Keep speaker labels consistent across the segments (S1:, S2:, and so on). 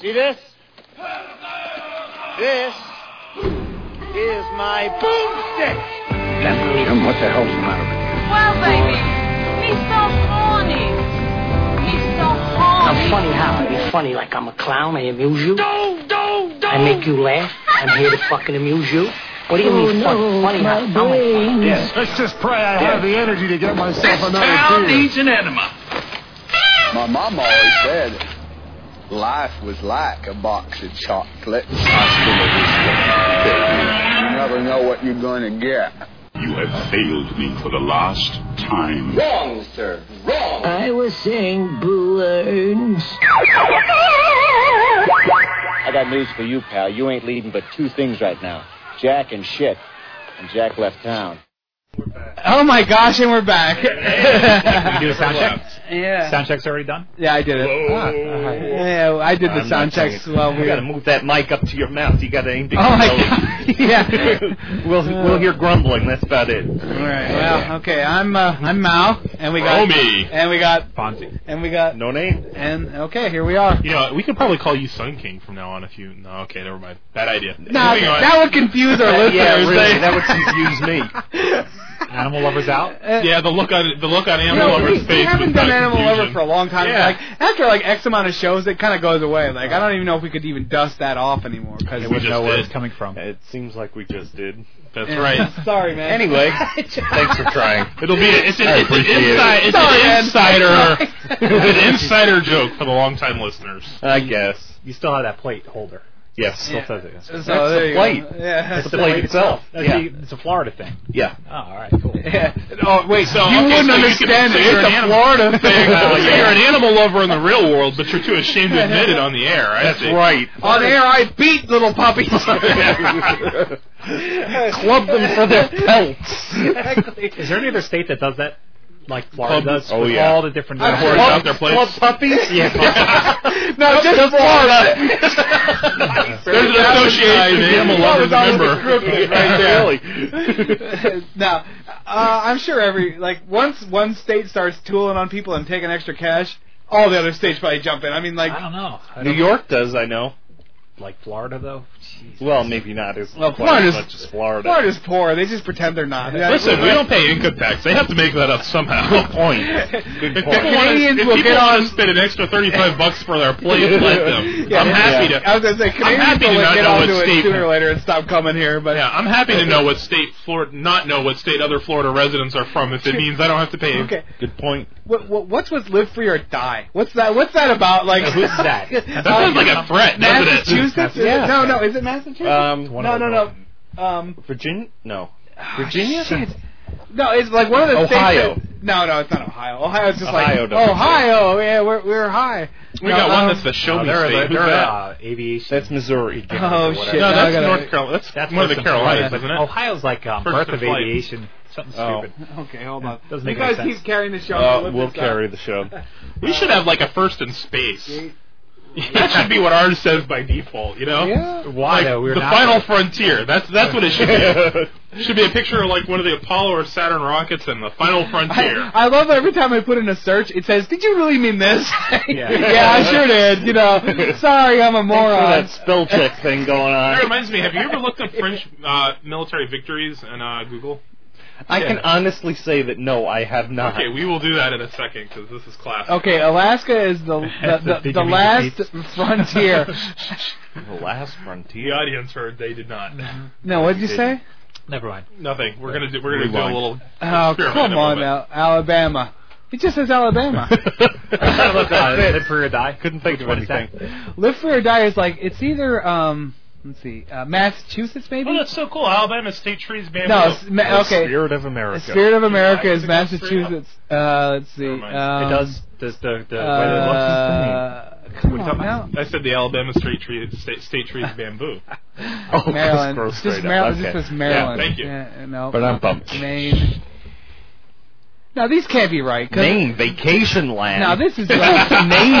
S1: See this? This is my boomstick.
S2: Jim, what the hell's the matter with you?
S3: Well, baby, he's so horny. He's so horny.
S4: I'm funny how? I be funny like I'm a clown. I amuse you.
S1: Don't, don't, Oh,
S4: I make you laugh. I'm here to fucking amuse you. What do you mean funny? funny how? I'm a-
S2: Yes.
S5: Let's just pray I have the energy to get myself
S1: This
S5: another
S1: town
S5: beer.
S1: needs an enema.
S2: My mom always said life was like a box of chocolates. I still love this stuff, baby. You never know what you're going to get.
S6: You have failed me for the last time.
S2: Wrong, sir. Wrong.
S4: I was saying balloons.
S7: I got news for you, pal. You ain't leading but two things right now Jack and shit. And Jack left town.
S8: Oh my gosh, and we're back.
S9: You do a sound check?
S8: yeah.
S9: Sound check's already done?
S8: Yeah, I did it. Ah, uh-huh. Yeah, I did the
S9: I'm
S8: sound
S9: not saying
S8: checks
S9: it.
S8: while we
S9: You gotta
S8: were.
S9: move that mic up to your mouth. You gotta aim to
S8: Oh my
S9: control
S8: god. yeah.
S9: it. we'll, we'll hear grumbling. That's about it.
S8: All right. Well, okay. I'm uh, I'm Mao, and we got
S9: Romy.
S8: and we got
S10: Fonzie.
S8: and we got
S9: No name?
S8: and okay, here we are.
S10: You know, we could probably call you Sun King from now on if you. No, okay, never mind. Bad idea.
S8: Now
S10: Moving on.
S8: that would confuse our listeners.
S9: yeah, really.
S8: They-
S9: That would confuse me.
S10: Animal lovers out.
S8: Uh,
S10: yeah, the look on the look on
S8: You
S10: animal
S8: know, we,
S10: lovers' face.
S8: we haven't
S10: was
S8: done
S10: kinda
S8: Animal
S10: confusion.
S8: Lover for a long time.
S10: Yeah.
S8: Like after like X amount of shows, it kind of goes away. Like I don't even know if we could even dust that off anymore. Cause
S10: We just
S9: know where
S10: did.
S9: it's
S10: coming from.
S9: It seems like we just did.
S10: That's
S8: Yeah.
S10: right.
S8: Sorry, man.
S9: Anyway, thanks for trying.
S10: It'll be a, it's an,
S9: I
S10: it's an
S9: appreciate it.
S10: inside it's
S8: Sorry,
S10: an
S8: man.
S10: insider
S8: Sorry.
S10: it's an insider joke for the long time listeners.
S9: I guess.
S5: You still have that plate holder.
S9: Yes.
S8: Yeah.
S5: Says it, yes.
S8: So
S9: the
S8: there you
S9: plate.
S8: Go. Yeah.
S9: It's the plate itself.
S5: That's
S9: Yeah.
S5: the- it's a Florida thing.
S9: Yeah.
S5: Oh, all right, cool.
S8: Yeah. Oh wait,
S10: So,
S8: you
S10: okay,
S8: wouldn't
S10: so you could-
S8: understand
S10: so
S8: it.
S10: you're
S8: It's
S10: an
S8: a
S10: animal.
S8: Florida
S10: Thing.
S8: thing.
S10: Uh, you're an animal lover in the real world, but you're too ashamed to admit it on the air. I
S9: That's
S10: see.
S9: right.
S8: On air, I beat little puppies.
S9: Club them for their pelts.
S5: Is there any other state that does that? Like Florida
S10: Club-
S5: does
S9: oh,
S5: with
S9: yeah.
S5: all the different.
S8: I've
S10: Horse
S8: Club-
S10: out their place.
S9: Club puppies?
S8: no, just Florida.
S10: There's an association animal lovers member.
S8: Right there.
S9: Really?
S8: now, uh, I'm sure every like once one state starts tooling on people and taking extra cash, all the other states probably jump in. I mean, like,
S5: I don't know. I
S9: New
S5: don't,
S9: York does, I know.
S5: like Florida though. Jeez.
S9: Well, maybe not as
S8: Well,
S9: quite
S8: Florida's-
S9: as much as Florida.
S8: Florida's poor. They just pretend they're not. Yeah,
S10: Listen, we don't pay income tax. They have to make that up somehow.
S9: Point.
S10: If
S9: Good
S10: people
S9: point.
S10: wanna-
S8: Canadians
S10: if
S8: will
S10: people
S8: get
S10: wanna
S8: on-
S10: spend an extra thirty-five bucks for their plate, let them.
S8: Yeah,
S10: I'm
S8: yeah.
S10: happy to.
S8: I was gonna say Canadians
S10: happy
S8: will
S10: to not
S8: get
S10: know
S8: onto
S10: what
S8: it
S10: state-
S8: sooner or later and stop coming here. But
S10: Yeah, I'm happy to know what state Florida, not know what state other Florida residents are from, if it means I don't have to pay.
S8: okay,
S9: Good point.
S8: what, what, what's with live free or die? What's that? What's that about? Like, Um,
S5: Who's that?
S10: That sounds like a Uh, threat, doesn't it?
S8: Massachusetts? Is
S9: Yeah.
S8: it? No, no, is it Massachusetts?
S9: Um,
S5: One
S8: no,
S5: of
S8: no,
S5: them.
S8: no. Um,
S9: Virginia? No.
S8: Virginia? No, it's like one of the
S9: Ohio.
S8: states. that- no, no, it's not Ohio. Ohio's just
S9: Ohio
S8: like
S9: doesn't
S8: Ohio. Yeah, we're we're high.
S10: We got one
S8: um,
S10: that's the show
S5: Oh,
S10: me
S5: they're
S10: state.
S5: they're,
S10: Who's that?
S5: uh, aviation.
S9: That's Missouri.
S8: Oh shit!
S10: No,
S8: now I
S10: that's
S8: gotta-
S10: North Carolina. That's,
S5: That's
S10: one of the
S5: first in
S10: Carolinas,
S5: Florida.
S10: isn't it?
S5: Ohio's like um,
S10: First
S5: birth
S10: in
S5: of
S10: flight.
S5: aviation. Something
S9: Oh.
S5: stupid.
S8: Okay, hold on.
S5: Doesn't
S8: you
S5: make
S8: guys
S5: any sense.
S8: keep carrying the show. I'll
S9: Uh,
S8: lift
S9: we'll
S8: this up.
S9: carry the show.
S10: We should have like a first in space. That should be what ours says by default, you know?
S8: Yeah.
S5: Why
S10: Like,
S5: though? We were
S10: the
S5: not-
S10: final frontier. That's that's what it should be. should be a picture of like one of the Apollo or Saturn rockets and the final frontier.
S8: I, I love that every time I put in a search, it says, "Did you really mean this?"
S5: Yeah.
S8: I sure did. You know, sorry, I'm a moron.
S9: that spell check thing going
S10: That
S9: on.
S10: reminds me. Have you ever looked up French uh, military victories in uh, Google?
S9: I can uh, honestly say that no, I have not.
S10: Okay, we will do that in a second because this is classic.
S8: Okay, Alaska is the the, the, the last frontier.
S9: The last
S10: The
S9: frontier.
S10: audience heard they did not.
S8: No, what'd you say?
S5: Never mind.
S10: Nothing. We're gonna do. We're gonna
S9: Rewind.
S10: do a little.
S8: Oh, come
S10: experiment
S8: on
S10: moment.
S8: now, Alabama. It just says Alabama.
S5: Uh,
S9: That's
S5: live
S9: it.
S5: free or die.
S9: Couldn't think of
S5: What is that?
S9: anything.
S8: Live free or die is like it's either um let's see uh, Massachusetts maybe
S10: Oh, that's so cool. Alabama state trees bamboo.
S8: no it's
S9: The
S8: ma- okay
S9: Spirit of America.
S8: Spirit of America is
S10: Yeah, I think that's pretty
S8: Massachusetts uh let's see
S10: Never
S8: um,
S10: mind.
S5: It does. Does the the way it looks
S8: uh, come
S5: What are you
S8: on
S5: talking about?
S8: now
S10: I said the Alabama state tree state, state trees bamboo.
S9: oh, that's
S8: Maryland
S9: gross
S8: it's just
S9: straight up.
S8: Maryland it
S9: Okay.
S8: just says Maryland
S10: thank you.
S8: Yeah, no
S9: But I'm pumped.
S8: Maine now these can't be right 'cause-
S9: Maine vacation land.
S8: now this is
S9: Maine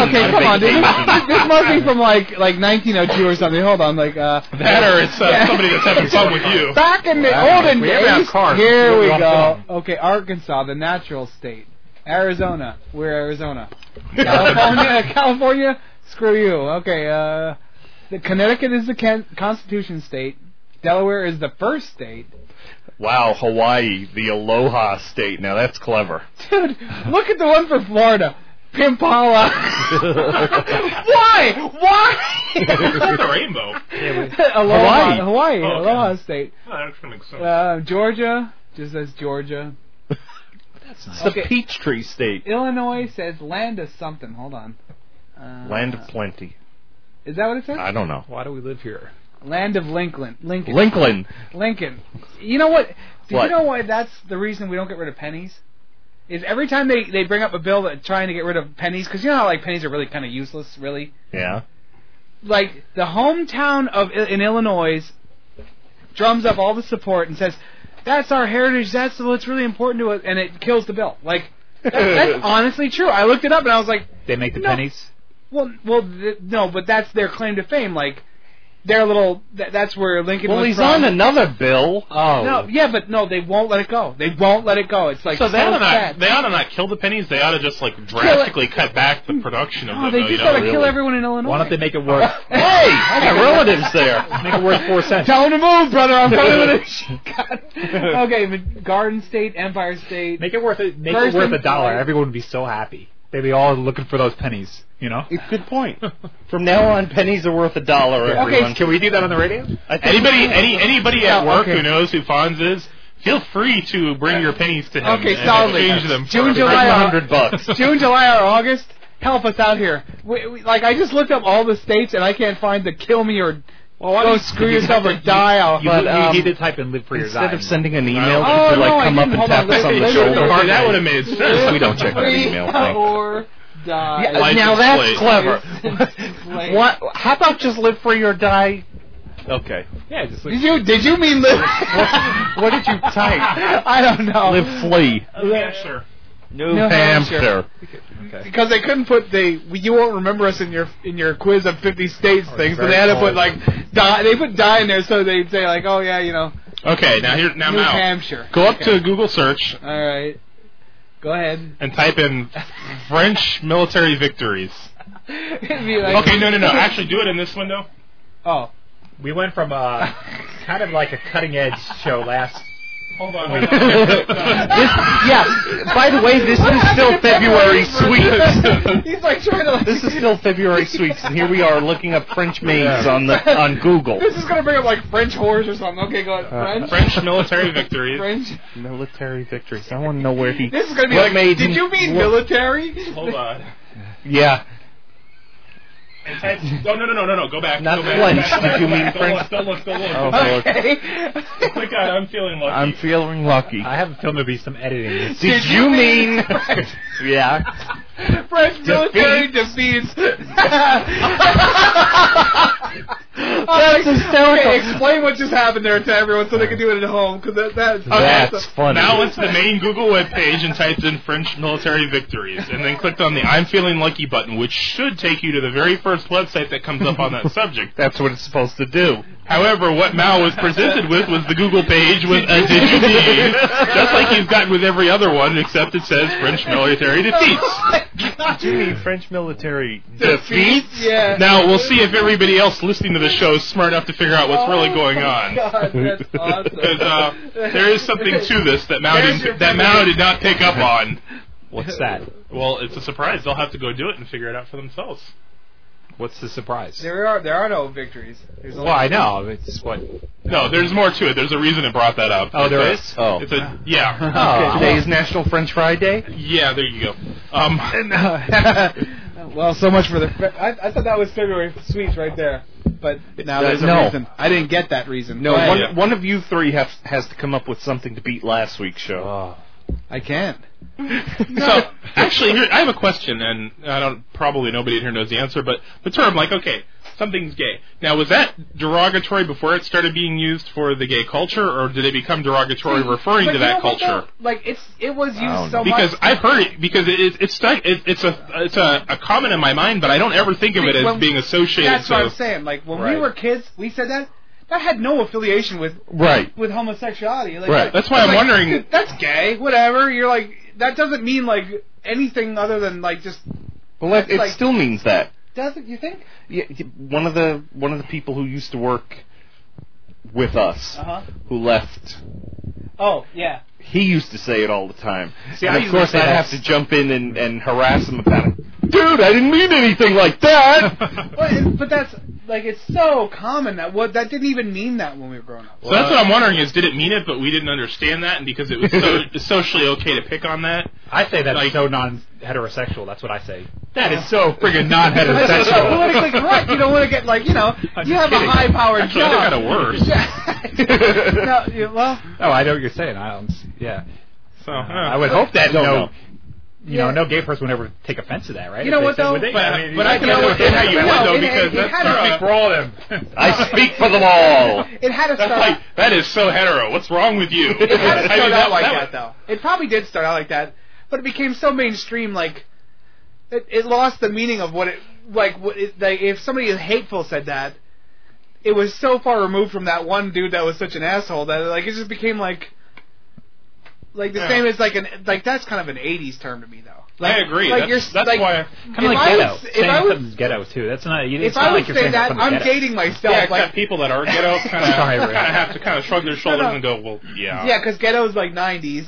S8: okay come on dude
S9: vacation.
S8: this, this must be from like like 1902 or something hold on like uh
S10: That or it's uh,
S8: Yeah.
S10: somebody that's having fun with you.
S8: Back in the
S9: Wow.
S8: olden
S5: We ever have
S8: days.
S5: cars.
S8: Here
S5: We
S8: we
S5: don't
S8: go.
S5: have
S8: Okay, Arkansas, the natural state. Arizona, we're Arizona. California, California, Screw you. Okay. Uh, the Connecticut is the can- Constitution state. Delaware is the first state.
S9: Wow, Hawaii, the Aloha state. Now that's clever.
S8: Dude, look at the one for Florida. Pimpala. Why? Why?
S10: the rainbow.
S8: Aloha,
S9: Hawaii.
S8: Hawaii,
S10: Oh, okay.
S8: Aloha State.
S10: Oh, that actually makes sense.
S8: Uh, Georgia just says Georgia.
S9: It's
S8: Okay.
S9: the Peachtree state.
S8: Illinois says land of something. Hold on. Uh,
S9: Land of plenty.
S8: Is that what it says?
S9: I don't know.
S5: Why do we live here?
S8: land of Lincoln. Lincoln.
S9: Lincoln.
S8: Lincoln. You know what? Do
S9: What?
S8: you know why that's the reason we don't get rid of pennies? Is every time they, they bring up a bill that trying to get rid of pennies because you know how like pennies are really kind of useless, really.
S9: Yeah.
S8: Like the hometown of I- in Illinois drums up all the support and says that's our heritage, that's what's really important to us, and it kills the bill. Like that, that's honestly true. I looked it up and I was like,
S5: They make the
S8: No.
S5: pennies.
S8: well, well, th- no, but that's their claim to fame. Like their little th- that's where Lincoln.
S9: Well,
S8: was
S9: he's
S8: from.
S9: on another bill.
S5: Oh,
S8: No, yeah, but no, they won't let it go. They won't let it go. It's like
S10: so they ought to not.
S8: sad.
S10: They ought to not kill the pennies. They ought to just like drastically cut back the production of
S8: Oh,
S10: them.
S8: they
S10: though,
S8: just
S10: you know,
S8: gotta kill
S10: really.
S8: everyone in Illinois.
S5: why don't they make it worth?
S9: hey, I got relatives
S5: make it
S9: there.
S5: worth four cents.
S8: Tell them to move, brother. I'm coming with it. God. Okay, but Garden State, Empire State.
S5: Make it worth it. Make
S8: First
S5: it worth a
S8: and
S5: dollar.
S8: foremost.
S5: Everyone would be so happy. They'd be all looking for those pennies. You know.
S9: Good point. From now on, pennies are worth a dollar.
S8: Okay,
S9: Everyone.
S5: Can we do that on the radio?
S9: I think-
S10: Anybody, any, anybody at
S8: Oh,
S10: work
S8: okay.
S10: who knows who Fonz is, feel free to bring your pennies to him.
S8: Okay,
S10: and
S8: solidly.
S10: exchange them. for-
S8: June,
S9: Bring
S8: July,
S9: a
S8: uh,
S9: hundred bucks.
S8: June, July, or August. Help us out here. We, we, like I just looked up all the states and I can't find the kill me or
S5: why
S8: go
S5: don't you-
S8: screw yourself or die off.
S5: You,
S9: But,
S5: you
S9: um,
S5: need to type in live for your
S9: Instead
S5: dime.
S9: of sending an email,
S10: Oh,
S9: people
S8: no,
S9: like
S8: I
S9: come up
S8: didn't.
S9: and
S8: Hold
S9: tap
S8: on,
S9: us on the
S8: listen, listen,
S9: shoulder.
S8: listen.
S10: Okay, that would have made sense.
S9: We don't check our email. Thank you.
S8: or die.
S9: Yeah,
S10: License
S9: now that's
S10: plate.
S8: License plate.
S9: clever. what? How about just live free or die? Okay.
S5: yeah, just like,
S8: Did you did you mean live?
S9: What did you type?
S8: I don't know.
S9: Live flee.
S10: Yeah, sure.
S9: New,
S8: Hampshire. because they couldn't put they you won't remember us in your in your quiz of 50 states thing, so
S5: very
S8: they had to put
S5: cold.
S8: like die. They put die in there so they'd say like, oh yeah, you know,
S10: Okay, now here, now
S8: New
S10: Mao,
S8: Hampshire.
S10: Go up to Google search
S8: All right, go ahead.
S10: and type in French military victories.
S8: It'd be like,
S10: Okay, no, no, no. Actually, do it in this window.
S8: Oh,
S5: we went from uh, kind of like a cutting edge show last.
S10: Hold on.
S5: wait.
S9: This, yeah. By the way, this is still February sweets.
S8: he's like trying to. Like,
S9: This is still February sweets, and here we are looking up French maids on the on Google.
S8: This is gonna bring up like French whores or something. Okay, go ahead. French.
S10: Uh, French military victories.
S8: French.
S9: Military victories. I want to know where he.
S8: This is gonna be
S9: What
S8: like.
S9: made
S8: did
S9: him-
S8: you mean
S9: what-
S8: military?
S10: Hold on.
S9: Yeah.
S10: And type- No, no, no, no, no, no. Go back.
S9: Not
S10: go back,
S9: French.
S10: Go back,
S9: Did you
S10: go
S9: mean
S10: back.
S9: French?
S10: Don't look. Don't look. Don't look.
S9: Oh, Lord.
S8: Okay.
S10: Click on. I'm feeling lucky.
S9: I'm feeling lucky.
S5: I have a film be some editing.
S9: Did you mean? yeah.
S8: French military defeats. That's
S9: hysterical.
S8: Okay, explain what just happened there to everyone so they can do it at home because that, that's
S10: Uh,
S9: That's funny.
S10: Now it's the main Google webpage and typed in French military victories, and then clicked on the "I'm feeling lucky" button, which should take you to the very first website that comes up on that subject.
S9: That's what it's supposed to do.
S10: However, what Mao was presented with was the Google page with a "Did you mean?" just like he's gotten with every other one, except it says French military defeats.
S8: Oh
S9: Do you mean French military defeats?
S8: Yeah.
S10: Now we'll see if everybody else listening to the show is smart enough to figure out what's really going on.
S8: Oh God, that's awesome.
S10: 'Cause, uh, there is something to this that Mao
S8: There's your
S10: did, that Mao did not pick up on.
S5: What's that?
S10: Well, it's a surprise. They'll have to go do it and figure it out for themselves.
S5: What's the surprise?
S8: There are there are no victories. There's
S5: Well, I know. It's what.
S10: No, there's more to it. There's a reason it brought that up.
S5: Oh, there
S10: It's a-
S5: is?
S9: Oh.
S10: It's a yeah,
S9: Okay, today is Oh, National French Fry Day.
S10: yeah. There you go. Um,
S8: only- well, so much for the. Fe- I, I thought that was February sweets right there, but now
S9: Uh,
S8: there's a
S9: no.
S8: reason. I didn't get that reason.
S9: No,
S8: Go ahead.
S9: one,
S10: yeah.
S9: one of you three have, has to come up with something to beat last week's show.
S5: Oh.
S8: I can't.
S10: so actually, here, I have a question, and I don't probably nobody in here knows the answer, but the term like okay, something's gay. Now, was that derogatory before it started being used for the gay culture, or did it become derogatory referring
S8: Hmm.
S10: to
S8: But you know
S10: that
S8: what,
S10: culture?
S8: though? Like it's it was used
S9: don't
S8: so much
S10: Because I've heard it because it, it, it's stuck. It, it's a it's a, a comment in my mind, but I don't ever think of it as
S8: Well,
S10: being associated.
S8: That's
S10: to,
S8: what I'm saying. Like when we
S9: Right.
S8: were kids, we said that that had no affiliation with
S9: Right.
S8: with homosexuality. Like,
S9: Right.
S10: That's why I'm
S8: like,
S10: wondering.
S8: dude, That's gay. Whatever. You're like that doesn't mean like anything other than like just
S9: Well, it, it
S8: Like-
S9: still means that.
S8: Doesn't you think?
S9: Yeah, y- one of the one of the people who used to work with us
S5: Uh-huh.
S8: Uh huh.
S9: who left
S8: Oh yeah.
S9: he used to say it all the time.
S5: See,
S9: and
S5: I
S9: of
S5: usually
S9: course,
S5: say
S9: I'd
S5: that-
S9: have to jump in and, and harass him about it. Dude, I didn't mean anything like that.
S8: Well, it, but that's like it's so common that what that didn't even mean that when we were growing up.
S10: So that's what I'm wondering is did it mean it, but we didn't understand that, and because it was so, socially okay to pick on that?
S5: I say that's
S10: Like-
S5: so non-heterosexual. That's what I say.
S10: That is so friggin'
S8: That's so
S10: non-heterosexual.
S8: politically correct. You don't want to get like you know
S5: I'm
S8: you
S5: just
S8: have
S5: kidding.
S8: a high powered
S10: Actually, I
S8: job.
S10: think I got worse.
S8: no, you, well,
S5: Oh, I know what you're saying. I don't. s- Yeah.
S10: So,
S5: Uh,
S10: huh.
S5: I would hope that no,
S9: Don't know.
S5: you
S8: Yeah.
S5: know, no gay person would ever take offense to that, right?
S8: You know
S5: If
S8: what,
S5: they said,
S8: though?
S5: would they?
S10: But-
S5: mean,
S10: but
S5: you
S10: I
S5: know,
S10: can understand how you
S8: No,
S10: would, though,
S8: it- it-
S10: because
S8: it
S10: that's
S8: had a-
S10: perfect for all of them.
S9: I speak for them all.
S8: it had to
S10: That's
S8: start.
S10: like, that is so hetero. What's wrong with you?
S8: it had to
S10: I mean,
S8: start out like
S10: was-
S8: that, though. It probably did start out like that, but it became so mainstream, like it, it lost the meaning of what it like. What it, like if somebody hateful said that, it was so far removed from that one dude that was such an asshole that like it just became like like the
S10: Yeah.
S8: same as like an like that's kind of an '80s term to me though. Like,
S10: I agree.
S8: Like
S10: that's
S8: you're
S10: that's
S8: like,
S10: why. I,
S5: Kind of
S8: if
S5: like
S8: I
S5: ghetto.
S8: was- if
S5: saying
S8: I was-
S5: something's ghetto too. That's not. You,
S8: if
S5: it's
S8: I
S5: not
S8: would
S5: like you're
S8: say
S5: saying
S8: that,
S5: something's
S8: I'm
S5: ghetto.
S8: dating myself.
S10: yeah,
S8: like
S10: except people that are ghetto kind of
S5: Sorry, Rick.
S10: kind of have to kind of shrug their shoulders
S8: no.
S10: and go, well, yeah.
S8: Yeah, because ghetto is like '90s,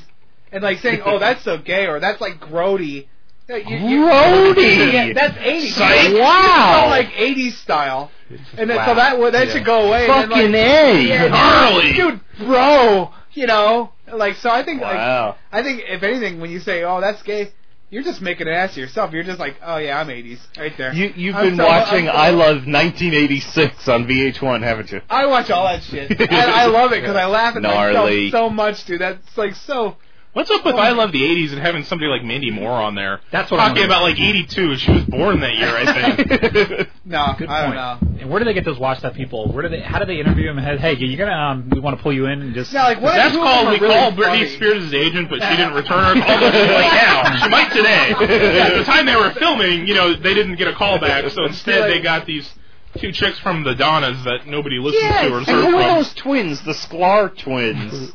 S8: and like saying, "Oh, that's so gay," or "That's like grody." You- you-
S9: Grody?
S8: Yeah, that's '80s.
S9: Psych.
S8: It's all
S9: Wow.
S8: like '80s style, and then, so
S5: Wow.
S8: that would- that
S5: Yeah.
S8: should go away. and then,
S9: Fucking
S8: like,
S9: A.
S8: yeah,
S10: Gnarly.
S8: dude, bro, you know, like so. I think like
S9: Wow.
S8: I think if anything, when you say, "Oh, that's gay," you're just making an ass of yourself. You're just like, "Oh yeah, I'm '80s," right there.
S9: You, you've
S8: I'm
S9: been
S8: so-
S9: watching
S8: I'm so-
S9: I Love 1986 on VH1, haven't you?
S8: I watch all that shit. and I love it because I laugh at
S9: Gnarly.
S8: myself so much, dude. That's like so.
S10: What's up with I love the '80s and having somebody like Mandy Moore on there?
S5: That's what
S10: talking
S5: I'm
S10: about like '82. She was born that year, I think.
S8: No,
S5: Good
S8: I don't
S5: point.
S8: know.
S5: And where do they get those watch that people? Where do they? How do they interview them? And hey, you're gonna um, we want to pull you in and just
S8: Yeah, like what?
S10: That's
S8: who
S10: called
S8: are
S10: we
S8: really
S10: called
S8: funny?
S10: Britney Spears' agent, but she didn't return our call. But she's like now, she might today. At the time they were filming, you know, they didn't get a call back, so instead they got these two chicks from the Donnas that nobody listens
S9: yes.
S10: to or
S9: And
S10: heard
S9: who are
S10: from.
S9: those twins? The Sklar twins.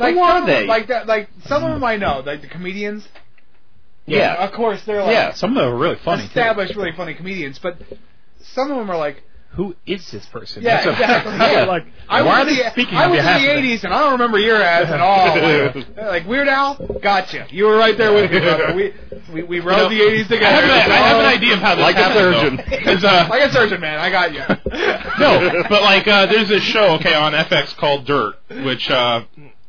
S8: Like
S9: Who are
S8: some of them-
S9: they?
S8: Like that. Like some of them I know, like the comedians.
S9: yeah.
S8: Of course, they're like
S9: Yeah.
S5: some of them are really funny. too.
S8: established, really funny comedians, but some of them are like,
S5: Who is this person?
S8: Yeah,
S5: That's what-
S8: exactly.
S5: Yeah, like
S8: I
S5: why are
S8: was in
S5: they
S8: the,
S5: speaking
S8: I
S5: on
S8: was in
S5: behalf
S8: the
S5: of them?
S8: '80s, and I don't remember your ass at all. Like, like Weird Al, gotcha. You were right there with me, brother. We we, we
S10: You know,
S8: rode the '80s together.
S10: I have, an, I have an idea of how this
S9: Like a
S10: happened, though.
S9: surgeon.
S10: 'Cause, uh,
S8: Like a surgeon, man. I got you.
S10: no, but like uh, there's this show okay on FX called Dirt, which uh,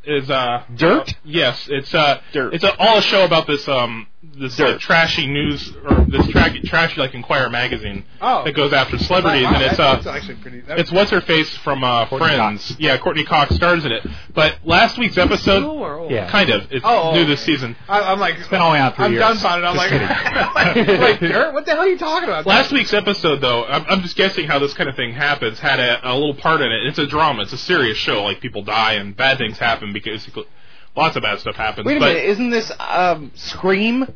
S10: is uh
S9: Dirt?
S10: yes, it's uh
S9: Dirt.
S10: it's a, all a show about this um this like,
S9: Dirt.
S10: trashy news or this tra- trashy like Inquirer magazine
S8: Oh.
S10: that goes after celebrities
S8: Wow,
S10: and it's
S8: that's,
S10: uh
S8: actually pretty. That's
S10: it's what's her face from uh, Friends yeah Courtney Cox stars in it but last week's
S8: cool
S10: episode
S8: or old?
S5: Yeah.
S10: kind of it's
S8: Oh, oh,
S10: new this
S8: okay.
S10: season
S8: I, I'm like,
S5: been only out three
S8: I'm
S5: years.
S8: dumbfounded. I'm
S5: Just
S8: like,
S5: kidding.
S8: like, dirt? What the hell are you talking about?
S10: Last week's episode, though, I'm, I'm just guessing how this kind of thing happens, had a, a little part in it. It's a drama. It's a serious show. Like, people die and bad things happen because lots of bad stuff happens.
S9: Wait a
S10: but
S9: minute, isn't this um, Scream?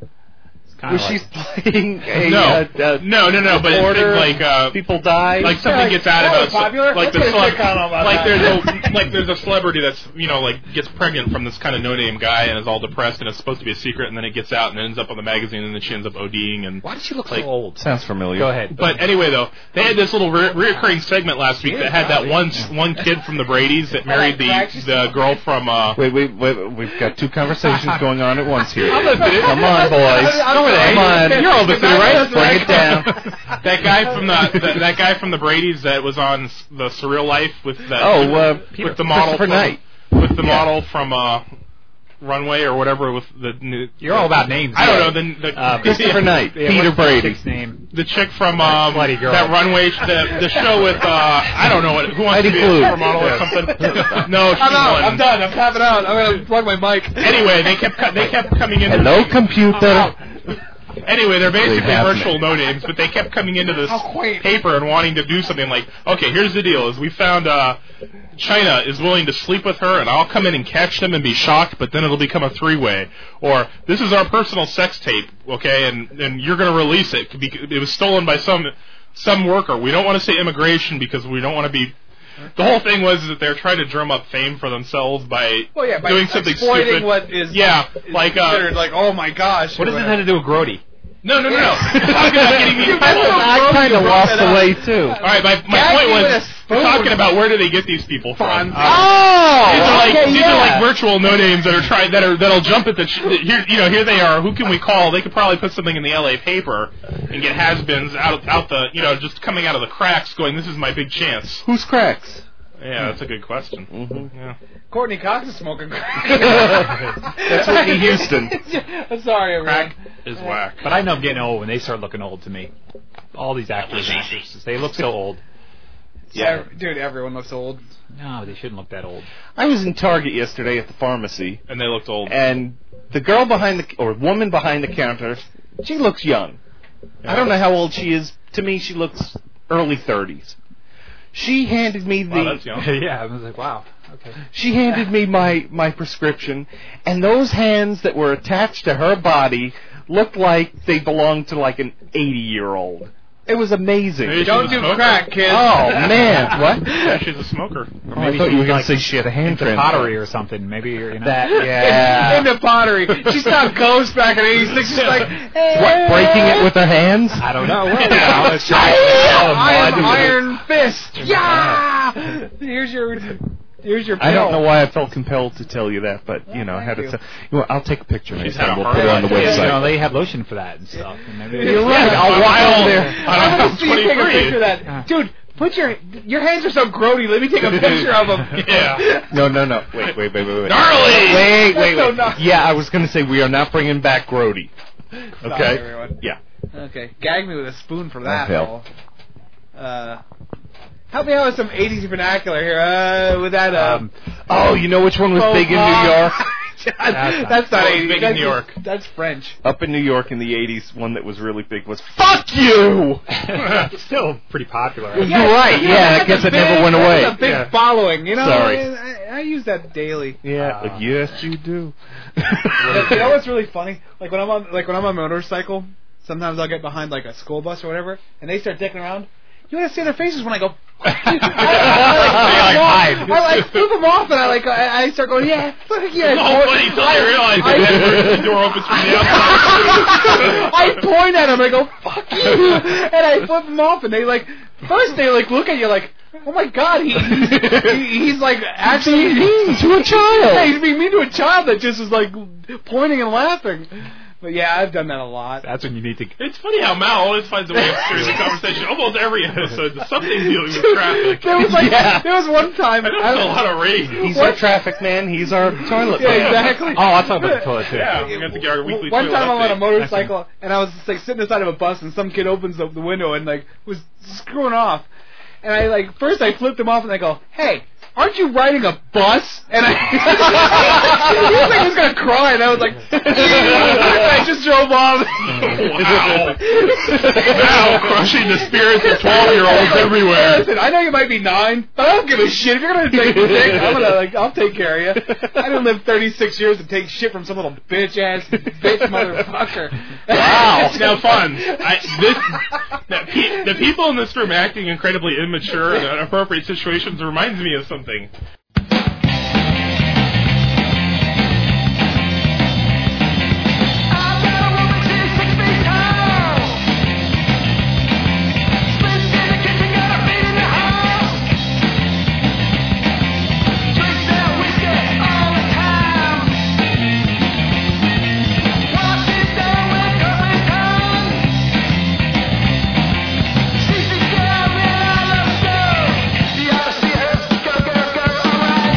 S5: Kinda
S9: Where
S5: like-
S9: she's playing a
S10: No.
S9: uh, uh,
S10: no, no, no, but it's
S9: order,
S10: like, uh,
S9: people die.
S10: like something
S8: like,
S10: gets out
S8: that
S10: about
S8: was popular.
S10: like
S8: Let's
S10: the
S8: get a
S10: celeb-
S8: sitcom about
S10: like
S8: that.
S10: there's a like there's a celebrity that's you know like gets pregnant from this kind of no name guy and is all depressed and it's supposed to be a secret and then it gets out and ends up on the magazine and then she ends up ODing and
S5: Why does she look
S10: Like-
S5: so old?
S9: sounds familiar.
S5: Go ahead.
S10: But anyway, though, they had this little re- reoccurring segment last week that had that one one kid from the Brady's that married the the girl from. Uh,
S9: Wait, wait, wait, we've got two conversations going on at once here.
S8: I'm a bit-
S9: Come on, boys.
S8: I'm
S9: Come
S8: a bit-
S9: on. You're all the three, right? Bring it down.
S10: that guy from the, the that guy from the Brady's that was on s- the Surreal Life with the
S9: Oh, uh,
S10: with the model
S9: Christopher
S10: from,
S9: Knight.
S10: with the model from uh, Runway or whatever with the new,
S5: You're all about names.
S10: I don't
S5: yeah.
S10: know the the,
S5: Uh,
S9: Christopher Knight.
S5: Yeah,
S9: Peter
S5: what's the
S9: Brady.
S5: chick's name?
S10: the chick from um,
S5: slutty girl.
S10: that Runway sh- the the show with uh, I don't know what who wants
S9: Heidi
S10: to be
S9: Klum.
S10: a supermodel or
S9: Yes.
S10: something. no, she's
S8: I'm out.
S10: one.
S8: I'm done. I'm tapping out. I'm gonna plug my mic.
S10: Anyway, they kept co- they kept coming in.
S9: Hello, computer.
S10: Anyway, they're basically
S9: Really
S10: virtual no names, but they kept coming into this
S8: How quaint.
S10: paper and wanting to do something like, okay, here's the deal: is we found uh, China is willing to sleep with her, and I'll come in and catch them and be shocked, but then it'll become a three way. Or this is our personal sex tape, okay, and and you're gonna release it. bec- It was stolen by some some worker. We don't want to say immigration because we don't want to be. The whole thing was that they're trying to drum up fame for themselves by,
S8: Well, yeah, by
S10: doing something
S8: exploiting
S10: stupid.
S8: what is
S10: yeah,
S8: is
S10: like uh,
S8: considered like oh my gosh.
S5: What
S8: or
S5: does it
S8: whatever.
S5: have to do with Grody?
S10: No, no, no, no. Talking about getting me.
S9: I kind of lost the way too.
S10: All right, my, my
S9: Gag
S10: point
S9: me with
S10: was
S9: a spoon.
S10: we're talking about where do they get these people from? Uh, these are
S8: Oh!
S9: Oh,
S10: like
S9: okay,
S10: these
S9: yeah.
S10: are like virtual no names that are trying that are that'll jump at the ch- here you know here they are who can we call they could probably put something in the L A paper and get has-beens out out the you know just coming out of the cracks going this is my big chance
S9: Who's cracks?
S10: yeah that's a good question mm-hmm. yeah.
S8: Courtney Cox is smoking crack.
S9: That's Whitney Houston.
S8: I'm sorry, everyone.
S10: crack is whack
S5: But I know I'm getting old when they start looking old to me. All these actors and actresses, they look so old.
S8: Yeah. Dude, everyone looks old.
S5: No, they shouldn't look that old.
S9: I was in Target yesterday at the pharmacy,
S10: and they looked old
S9: and the girl behind the or woman behind the counter, she looks young. I don't know how old she is. To me, she looks early thirties. She handed me the
S10: wow that's young
S5: yeah, I was like, wow. Okay.
S9: she handed me my my prescription, and those hands that were attached to her body looked like they belonged to like an eighty year old. It was amazing.
S10: Maybe
S8: Don't
S10: she's
S8: do
S10: a smoker.
S8: crack, kid.
S9: Oh man, what?
S10: Maybe she's a smoker
S9: I thought you were gonna say she had a hand
S5: Into pottery or something. Maybe you're, you know.
S9: That yeah.
S8: Into pottery. She saw ghosts back in '86. She's like,
S9: What, breaking it with her hands?
S5: I don't know.
S10: Yeah.
S8: Oh,
S5: Well, it's
S8: I am
S9: Mud.
S8: Iron Fist. Yeah. Here's your, here's your. Pill.
S9: I don't know why I felt compelled to tell you that, but you know, I had
S8: thank you.
S9: to. Tell, you know, I'll take a picture next
S10: She's had
S9: time.
S10: a
S9: We'll
S10: hard
S9: put it on the
S10: life.
S5: you know,
S9: website.
S5: they have lotion for that and stuff. And maybe
S8: You're right.
S9: I'll
S10: I'm
S9: walk over
S10: old.
S9: there.
S10: I don't
S8: I
S10: know,
S8: want to see you take a
S10: 23.
S8: picture of that, dude. Put your your hands are so grody. Let me take a picture of them.
S10: yeah
S9: No, no, no. Wait, wait, wait, wait, wait.
S10: gnarly
S9: Wait,
S8: That's
S9: wait,
S8: so
S9: wait.
S8: nice.
S9: Yeah, I was gonna say we are not bringing back Grody.
S8: Sorry,
S9: Okay.
S8: everyone.
S9: Yeah.
S8: Okay. Gag me with a spoon for that. Paul.
S9: help.
S8: Uh, help me out with some '80s vernacular here. Uh, with that. Uh,
S5: Um,
S9: Oh, you know which one was
S8: faux
S9: big in
S8: pas.
S9: New York?
S8: that's,
S5: not-
S8: that's not
S10: That was
S8: 80s.
S10: big in
S8: that's
S10: New York.
S8: That's French.
S9: Up in New York in the '80s, one that was really big was "Fuck you."
S5: still pretty popular. Uh,
S9: You're right. Yeah, I
S8: that's
S9: guess
S8: a
S9: it never
S8: big-
S9: went
S8: that's
S9: away.
S8: A big
S9: Yeah.
S8: following, you know.
S9: Sorry.
S8: I, I, I use that daily.
S9: Yeah.
S5: Uh,
S9: yes, you do.
S8: But you know what's really funny? Like when I'm on like when I'm on a motorcycle, sometimes I'll get behind like a school bus or whatever, and they start dicking around. You want to see their faces when I go. I, like, I, like flip them off, and I like I, I start going, yeah, fuck yeah.
S10: the whole funny until they realize that the door opens from the outside
S8: I point at them, I go, fuck you, and I flip them off, and they like first they like look at you like, oh my god, he, he he's like actually mean to a child. Yeah, he's being mean to a child that just is like pointing and laughing. But yeah, I've done that a lot.
S5: That's when you need to.
S10: It's funny how Mal always finds a way to steer the conversation. Almost every episode, something's dealing with traffic.
S8: There was like
S9: Yeah.
S8: there was one time
S10: I don't feel a lot of rage.
S9: He's our traffic man. He's our toilet
S8: Yeah,
S9: man.
S8: exactly.
S5: Oh, I'll talk about the toilet too.
S10: Yeah, we got to get our weekly
S8: One
S10: toilet
S8: time I'm on a
S10: update.
S8: motorcycle and I was just, like sitting inside of a bus and some kid opens up the window and like was screwing off, and I like first I flipped him off and I go, hey. Aren't you riding a bus? And I, he was like, he was gonna cry, and I was like, I just drove off.
S10: Wow. Mal crushing the spirits of 12 year olds
S8: Hey,
S10: everywhere.
S8: Listen, I know you might be nine, but I don't give a shit. If you're gonna take the dick, I'm gonna like, I'll take care of you. I didn't live 36 years to take shit from some little bitch ass bitch motherfucker.
S9: Wow.
S10: Now, fun. I, this, that pe- the people in this room acting incredibly immature in inappropriate situations reminds me of something.
S1: She's the girl in our love story. The Odyssey, her, go, go, go, all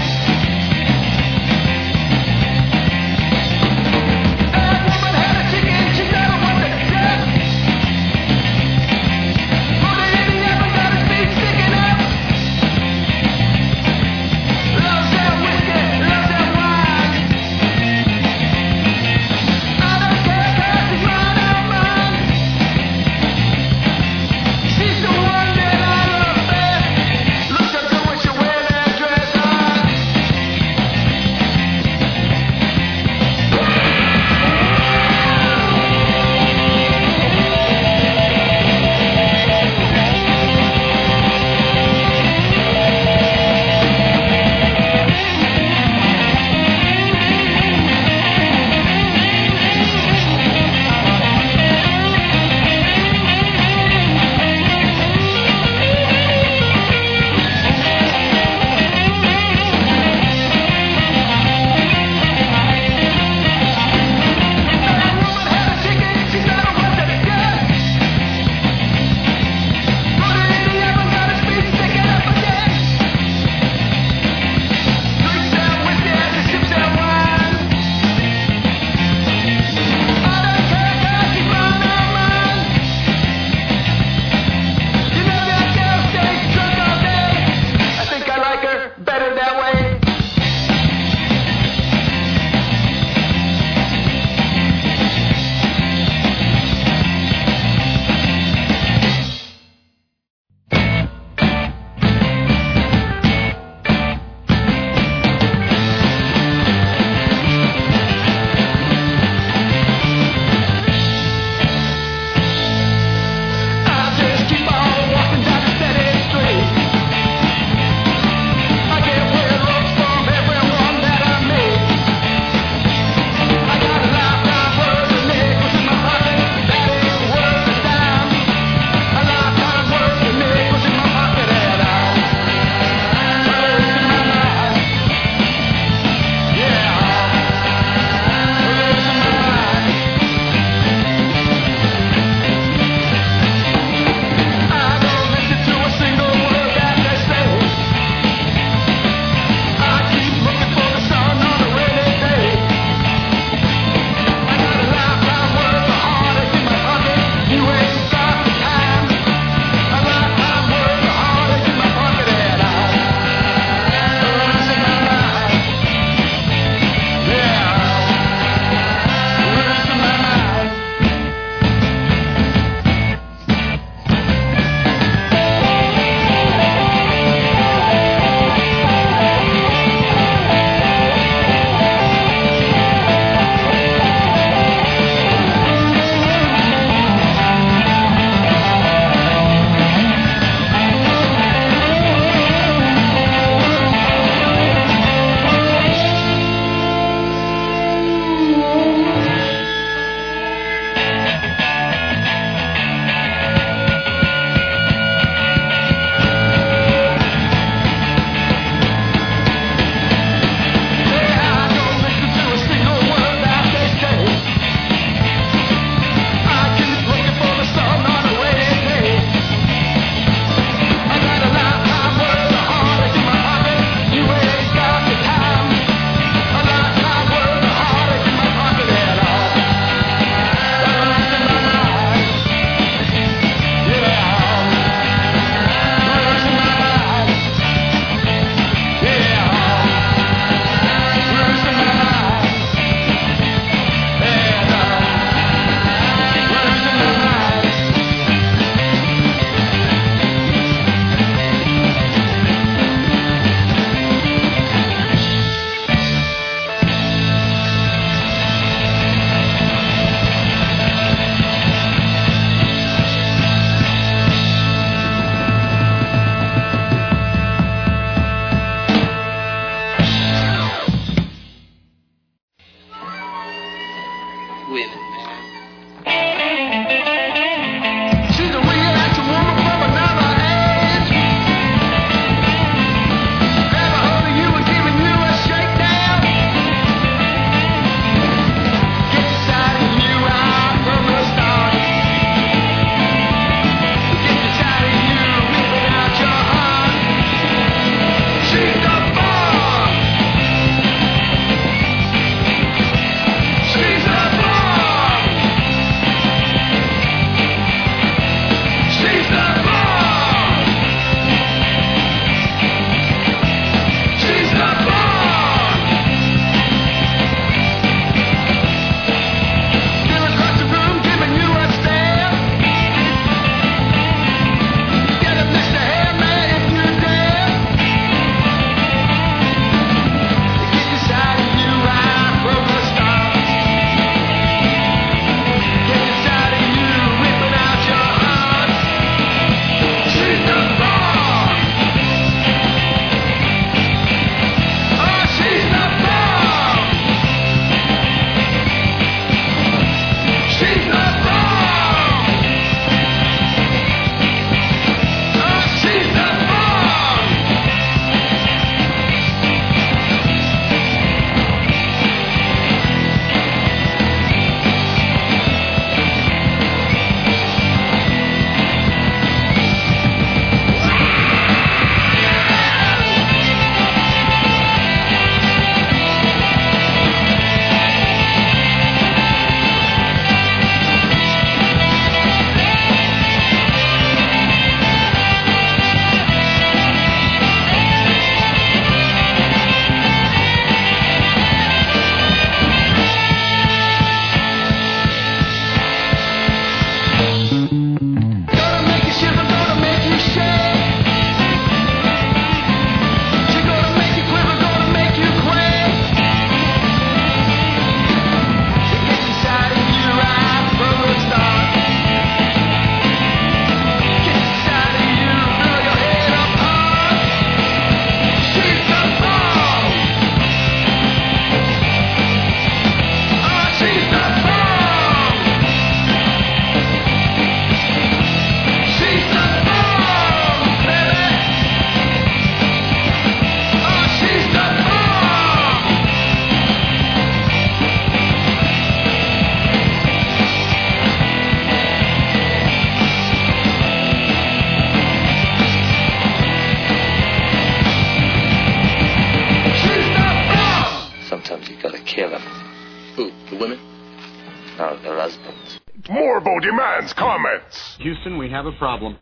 S9: Ah,
S11: are their husbands.
S12: Morbo demands comments.
S11: Houston, we have a problem.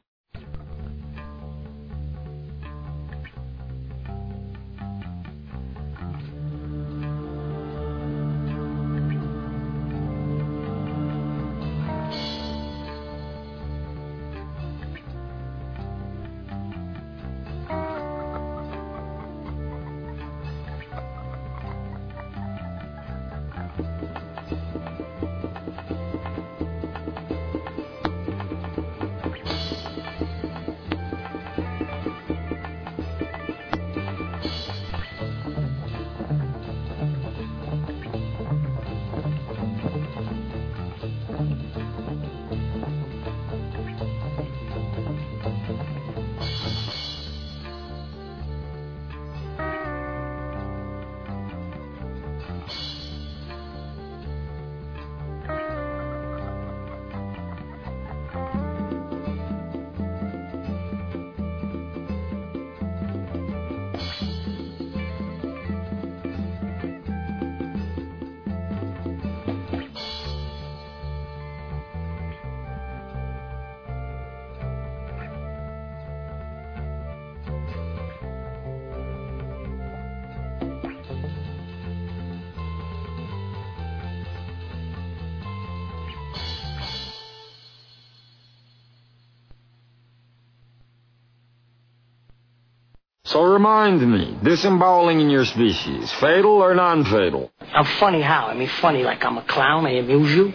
S13: So remind me, disemboweling in your species, fatal or non-fatal?
S4: I'm funny how? I mean, funny like I'm a clown. I amuse you.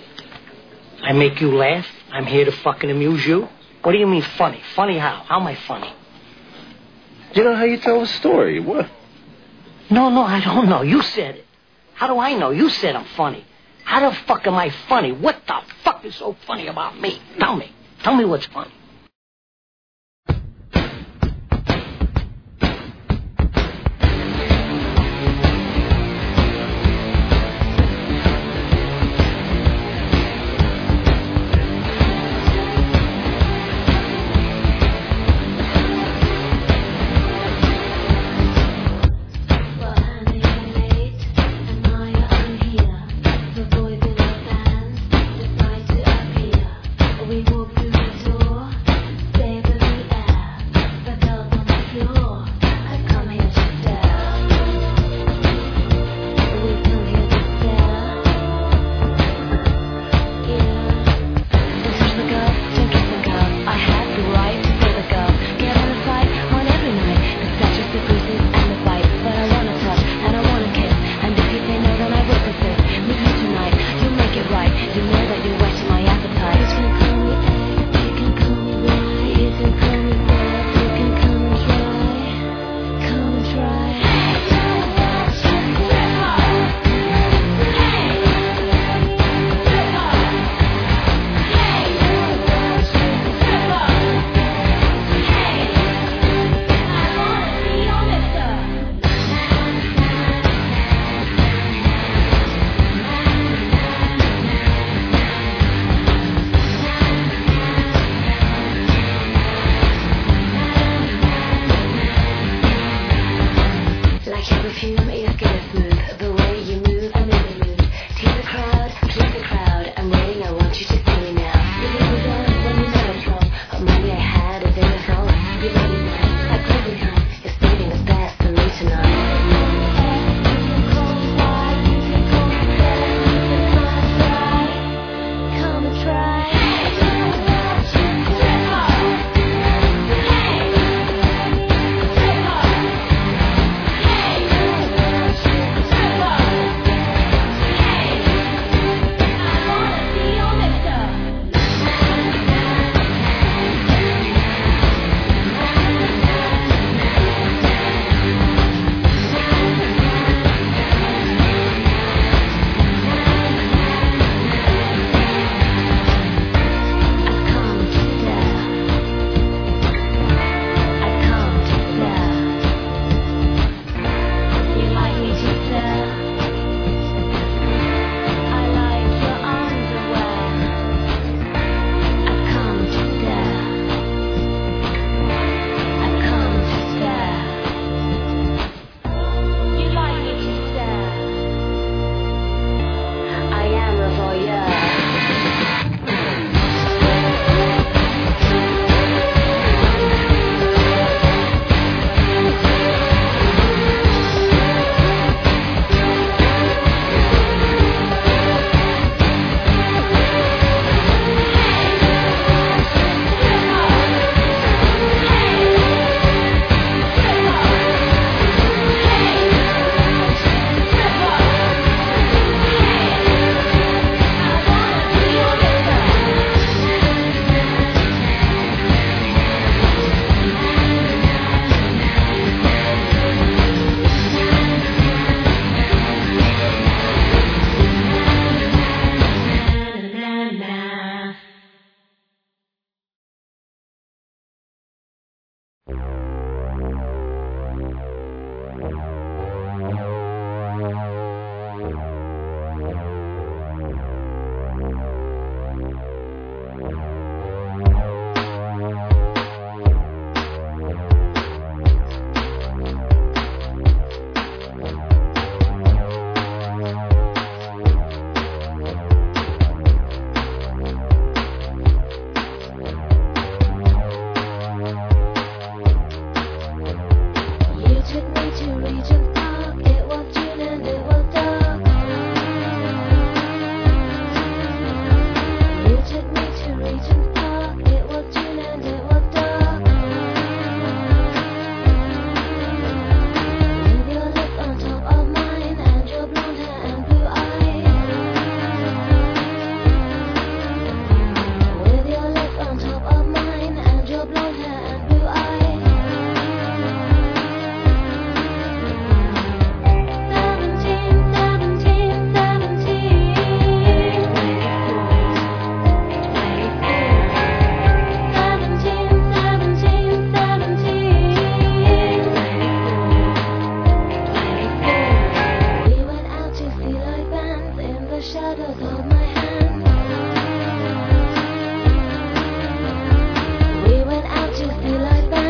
S4: I make you laugh. I'm here to fucking amuse you. What do you mean funny? Funny how? How am I funny?
S11: You know how you tell a story. What?
S4: No, no, I don't know. You said it. How do I know? You said I'm funny. How the fuck am I funny? What the fuck is so funny about me? Tell me. Tell me what's funny.
S14: We walk through the door.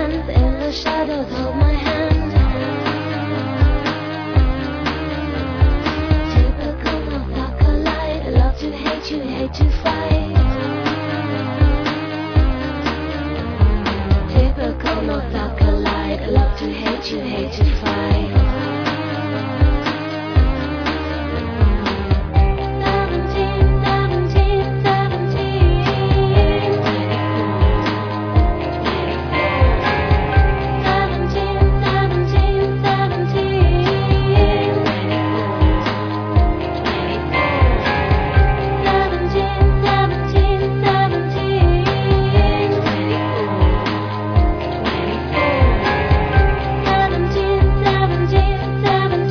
S14: girls hold my hand. Typical motherfucker lie. I love to hate you, hate to fight. Typical motherfucker lie. I love to hate you, hate to fight. Seventeen, seventeen, seventeen. Seventeen, seventeen, seventeen. Seventeen, seventeen, seventeen. Seventeen, seventeen, seventeen.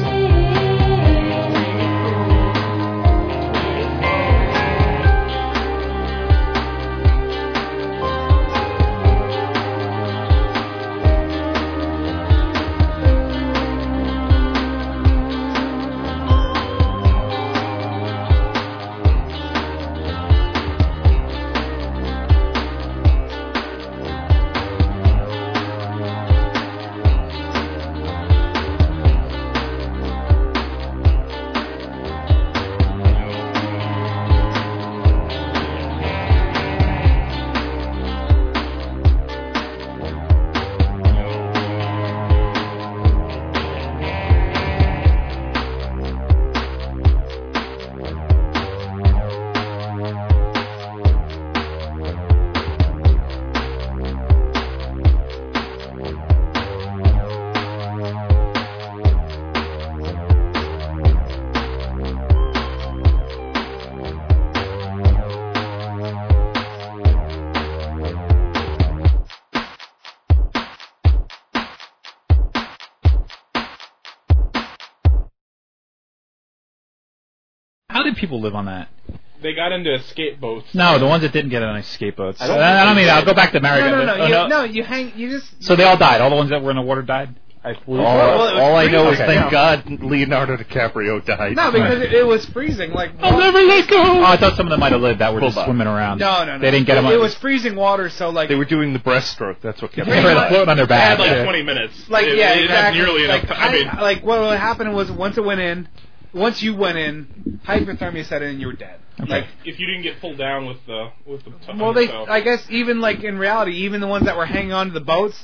S5: How did people live on that?
S10: They got into escape boats.
S5: No, the ones that didn't get on escape boats. I
S10: I
S5: don't,
S10: don't
S5: mean
S10: think
S5: that.
S10: they
S5: I'll go back to Marigold.
S8: No, no, no.
S5: Oh,
S8: you,
S5: no.
S8: no, you hang. You just.
S5: So they all died. All the ones that were in the water died. I
S9: All, all I
S10: Oh,
S9: know is thank God Leonardo DiCaprio died.
S8: No, because it, it was freezing. Like
S5: I'll never let go. Oh, I thought some of them might have lived that were just
S9: Hold on.
S5: swimming around.
S8: No, no, no.
S5: They didn't get them.
S8: It,
S5: on-
S8: it was freezing water, so like
S9: they were doing the breaststroke. That's what kept
S5: They were floating on their back.
S10: They had like
S5: Yeah.
S10: 20 minutes.
S8: Like
S10: They-
S8: yeah,
S10: they didn't have
S8: exactly.
S10: nearly
S8: like,
S10: enough. ti- I mean,
S8: hy- like what what happened was once it went in, once you went in, hypothermia set in, and you were dead. Like
S10: if you didn't get pulled down with the with the t-
S8: well, they
S10: yourself.
S8: I guess even like in reality, even the ones that were hanging on to the boats,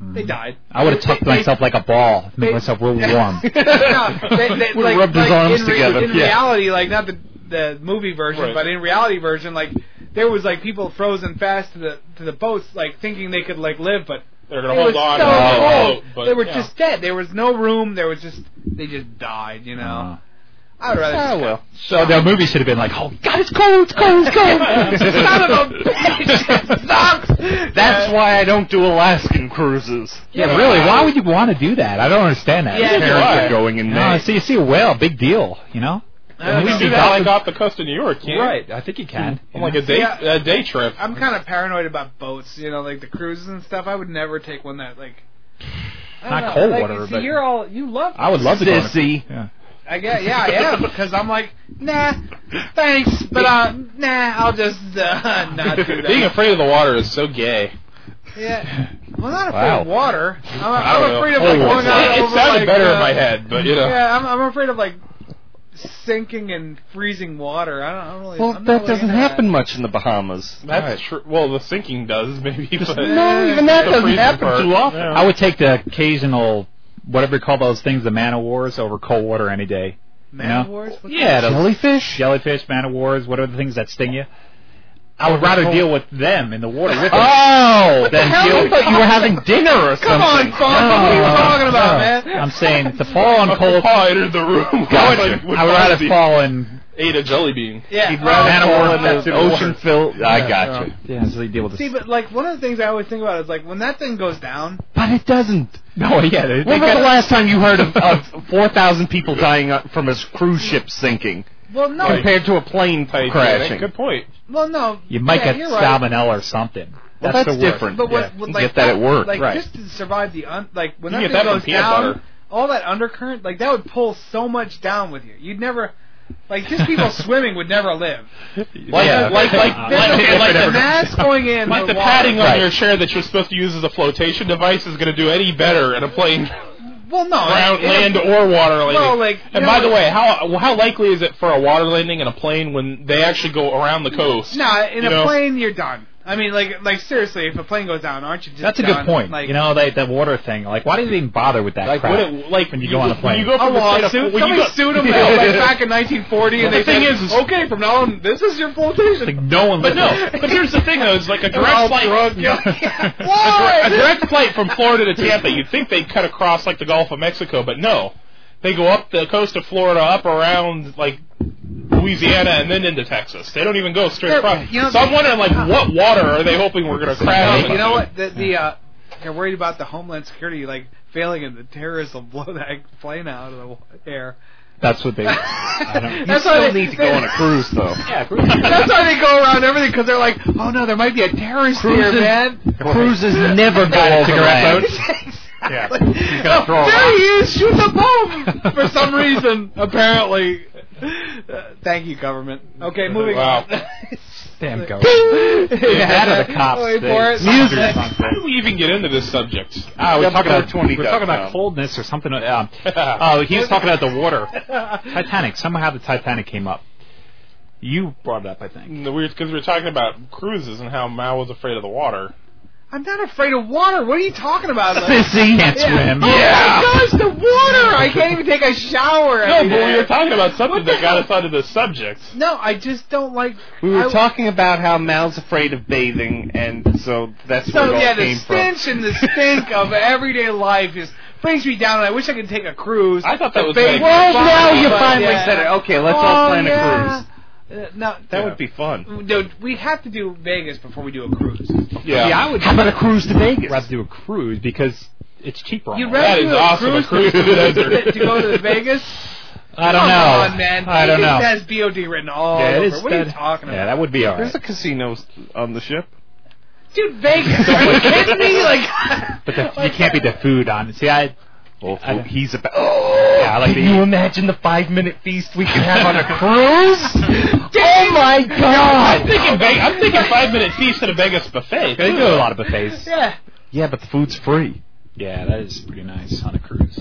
S8: they died.
S5: Mm. I would have tucked myself like a ball, make myself real warm.
S8: no, they, they,
S5: Would've
S8: like,
S5: rubbed his
S8: like,
S5: arms
S8: in re-
S5: together.
S8: In
S5: Yeah.
S8: reality, like not the the movie version,
S5: Right.
S8: but in reality version, like there was like people frozen fast to the to the boats, like thinking they could like live, but
S10: They're gonna
S8: it
S10: hold
S8: was
S10: on
S8: so
S10: and hold
S8: cold.
S10: out, but,
S8: they were
S10: yeah.
S8: just dead. There was no room. There was just they just died. You
S10: Uh-huh.
S8: know. I'd rather.
S9: Oh,
S8: just-
S9: well.
S5: So their movie should have been like, oh, God, it's cold, it's cold, it's cold.
S8: Son of a bitch! It sucks!
S9: That's why I don't do Alaskan cruises.
S5: Yeah, really? Why would you want to do that? I don't understand that.
S9: Yeah, Parents why? are
S5: going in
S9: May.
S5: no, So you see a whale, big deal, you know?
S10: you can do that like off the coast of New York, can't you?
S5: Right, I think you can.
S10: On like a day
S8: Yeah.
S10: a day trip.
S8: I'm kind of paranoid about boats, you know, like the cruises and stuff. I would never take one that like. I don't
S5: Not
S8: know,
S5: cold
S8: like,
S5: water,
S8: you See,
S5: but-
S8: you're all you love.
S5: I would love to go on a-
S9: Sissy.
S5: Yeah.
S8: I guess, yeah, I am because I'm like, nah, thanks, but uh, nah, I'll just uh, not do that.
S10: Being afraid of the water is so gay.
S8: yeah, well, not afraid
S10: Wow.
S8: of water. I'm,
S10: I don't
S8: I'm
S10: know.
S8: afraid of like
S10: Oh,
S8: going
S10: it-
S8: out
S10: it
S8: over
S10: sounded
S8: like,
S10: better
S8: uh,
S10: in my head, but, you know.
S8: Yeah, I'm, I'm afraid of like sinking in freezing water. I don't, I don't really.
S9: Well,
S8: I'm not
S9: that
S8: really
S9: doesn't
S8: into that.
S9: happen much in the Bahamas.
S10: That's true. Well, the sinking does maybe. But
S9: no, even that
S10: the
S9: doesn't
S10: freezing
S9: happen
S10: part.
S9: too often.
S10: Yeah.
S5: I would take the occasional, whatever you call those things, the man of wars over cold water any day.
S8: Man
S5: you know?
S8: of wars? What's
S5: Yeah,
S8: that?
S5: those jellyfish, man of wars, whatever the things that sting you. I would rather deal with them in the water with them.
S9: Oh,
S5: than
S9: the hell?
S5: deal
S9: I thought you were having dinner or
S5: Come
S9: something.
S5: on, Paul. What are you talking about, man? Oh, I'm saying to fall in cold.
S10: I entered the room.
S5: I would,
S10: Like,
S5: I would rather
S10: Fonzie
S5: fall in
S10: Ate a jelly bean.
S8: Yeah.
S9: You'd rather
S5: man of
S9: fall
S5: war
S9: in that
S5: than
S9: ocean
S5: water.
S9: filled- I gotcha.
S5: Yeah, yeah, so they deal with
S8: Oh, See,
S5: this.
S8: but like one of the things I always think about is like when that thing goes down.
S9: But it doesn't.
S5: No, yeah, they-
S9: When was
S5: they got-
S9: the last time you heard of, of 4,000 people dying uh, from a cruise ship sinking
S8: Well, no.
S9: compared to a plane crashing?
S10: Good point.
S8: Well, no.
S5: You might
S8: yeah,
S5: get
S8: you're right.
S5: salmonella or something.
S9: Well,
S5: that's,
S9: that's
S5: the worst.
S9: different.
S8: But what,
S5: Yeah.
S8: what,
S5: You
S8: like,
S5: get that at work.
S8: like
S5: Right.
S8: just to survive the un, like when
S5: You
S8: that thing
S5: can get that from
S8: goes
S5: peanut
S8: down,
S5: butter.
S8: all that undercurrent, like that would pull so much down with you. You'd never. Like just people swimming would never live.
S10: Like,
S8: Yeah.
S10: like, like,
S8: Uh,
S10: like,
S8: if
S10: okay,
S8: it
S10: like
S8: ever
S10: the
S8: comes Mask out. going in
S10: like
S8: for
S10: the
S8: water.
S10: padding on
S8: Right.
S10: your chair that you're supposed to use as a flotation device is going to do any better in a plane,
S8: Well, no,
S10: ground,
S8: it- it-
S10: land, or water landing.
S8: Well, like,
S10: and
S8: you
S10: by
S8: know-
S10: the way, how how likely is it for a water landing in a plane when they actually go around the coast?
S8: Nah, in
S10: You
S8: a
S10: know?
S8: plane you're done. I mean, like, like seriously, if a plane goes down, aren't you just?
S5: That's a
S8: done?
S5: good point.
S8: Like,
S5: you know, they, that water thing. Like, why did they even bother with that
S10: Like,
S5: crap?
S10: would it- like,
S5: when you,
S10: you
S5: go on
S10: go-
S5: a plane,
S10: you go
S8: a
S10: from the state of-
S8: lawsuit.
S10: when you
S8: Somebody
S10: go-
S8: sued them
S10: Yeah.
S8: like back in 1940, and
S10: The
S8: they
S10: thing
S8: said,
S10: is, is-
S8: okay, from now on, this is your flotation.
S5: no one.
S10: But no, but here's the thing though, it's like a
S8: They're all
S10: direct flight.
S8: drunk,
S10: a, dir- a direct flight from Florida to Tampa. You'd think they'd cut across like the Gulf of Mexico, but no, they go up the coast of Florida, up around like Louisiana, and then into Texas. They don't even go straight across.
S8: you know-
S10: so I'm wondering, like, what water are they hoping we're going to crash?
S8: you know what? The, the uh, they're worried about the homeland security like failing, and the terrorists will blow that plane out of the wa- air.
S5: that's what they.
S8: You That's why still they- need to go on a
S5: cruise, though.
S8: Yeah, that's why they go around everything because they're like, oh no, there might be a terrorist here,
S9: Cruises-
S8: man.
S9: Cruises never go
S5: Guided
S9: over
S5: cigarette
S9: land.
S5: boats. yeah. He's gonna throw
S8: Oh, There he
S5: a
S8: is! Shoot the bomb! For some reason, apparently. Uh, thank you, government. Okay, moving
S10: Wow.
S8: on.
S5: Damn
S8: government.
S10: Yeah, that or the cops,
S8: Wait
S5: they-
S8: for it.
S5: Music.
S10: How do we even get into this subject?
S5: Ah, we're talking about
S10: twenty.
S5: We're talking about coldness or something. Uh, uh, he was talking about the water. Titanic. Somehow the Titanic came up. You brought it up, I think.
S10: No, we because we were talking about cruises and how Mao was afraid of the water.
S8: I'm not afraid of water. What are you talking about?
S5: Sissy. Can't swim.
S8: Oh
S10: Yeah.
S8: my gosh, the water! I can't even take a shower.
S10: No,
S8: every
S10: but we
S8: day.
S10: were talking about something that got us onto the subject.
S8: No, I just don't like.
S9: We were
S8: I-
S9: talking about how Mal's afraid of bathing, and so that's
S8: So
S9: where it all
S8: yeah, the
S9: came from.
S8: stench and the stink of everyday life just brings me down. And I wish I could take a cruise.
S10: I thought that
S8: The
S10: was
S8: big-
S10: gonna- Well,
S8: but-
S9: Oh, now you
S8: but,
S9: finally
S8: yeah.
S9: said it. Okay, let's all
S8: Oh,
S5: Um,
S9: plan a
S8: yeah. Uh, no,
S9: That would be fun.
S8: Dude, we have to do Vegas before we do a cruise.
S10: Yeah.
S5: I would. How about a cruise to Vegas? Rather do a cruise because it's cheaper.
S8: You'd
S10: That
S8: rather
S10: is
S8: do a
S10: awesome, a
S8: cruise,
S10: cruise to the
S8: to,
S10: desert.
S8: to go to Vegas?
S5: I don't
S8: Come
S5: know.
S8: on, man.
S5: I don't
S8: it
S5: know.
S8: It has BOD written all
S5: Yeah, it
S8: over.
S5: is
S8: what are you
S5: that-
S8: talking
S5: yeah,
S8: about?
S5: that would be all
S9: There's
S5: right.
S9: a casino s- on the ship.
S8: Dude, Vegas. Are you kidding me? Like,
S5: But the, you can't be the food on. See, I.
S9: Oh,
S5: I-
S9: he's about. Oh,
S5: Yeah, I like
S9: can
S5: to
S9: you imagine the five-minute feast we could have on a cruise? oh my
S10: I'm
S9: god!
S10: thinking, Ve- I'm thinking five minute feast at a Vegas buffet.
S5: They do a lot of buffets.
S8: yeah.
S9: Yeah, but the food's free.
S5: Yeah, that is pretty nice on a cruise.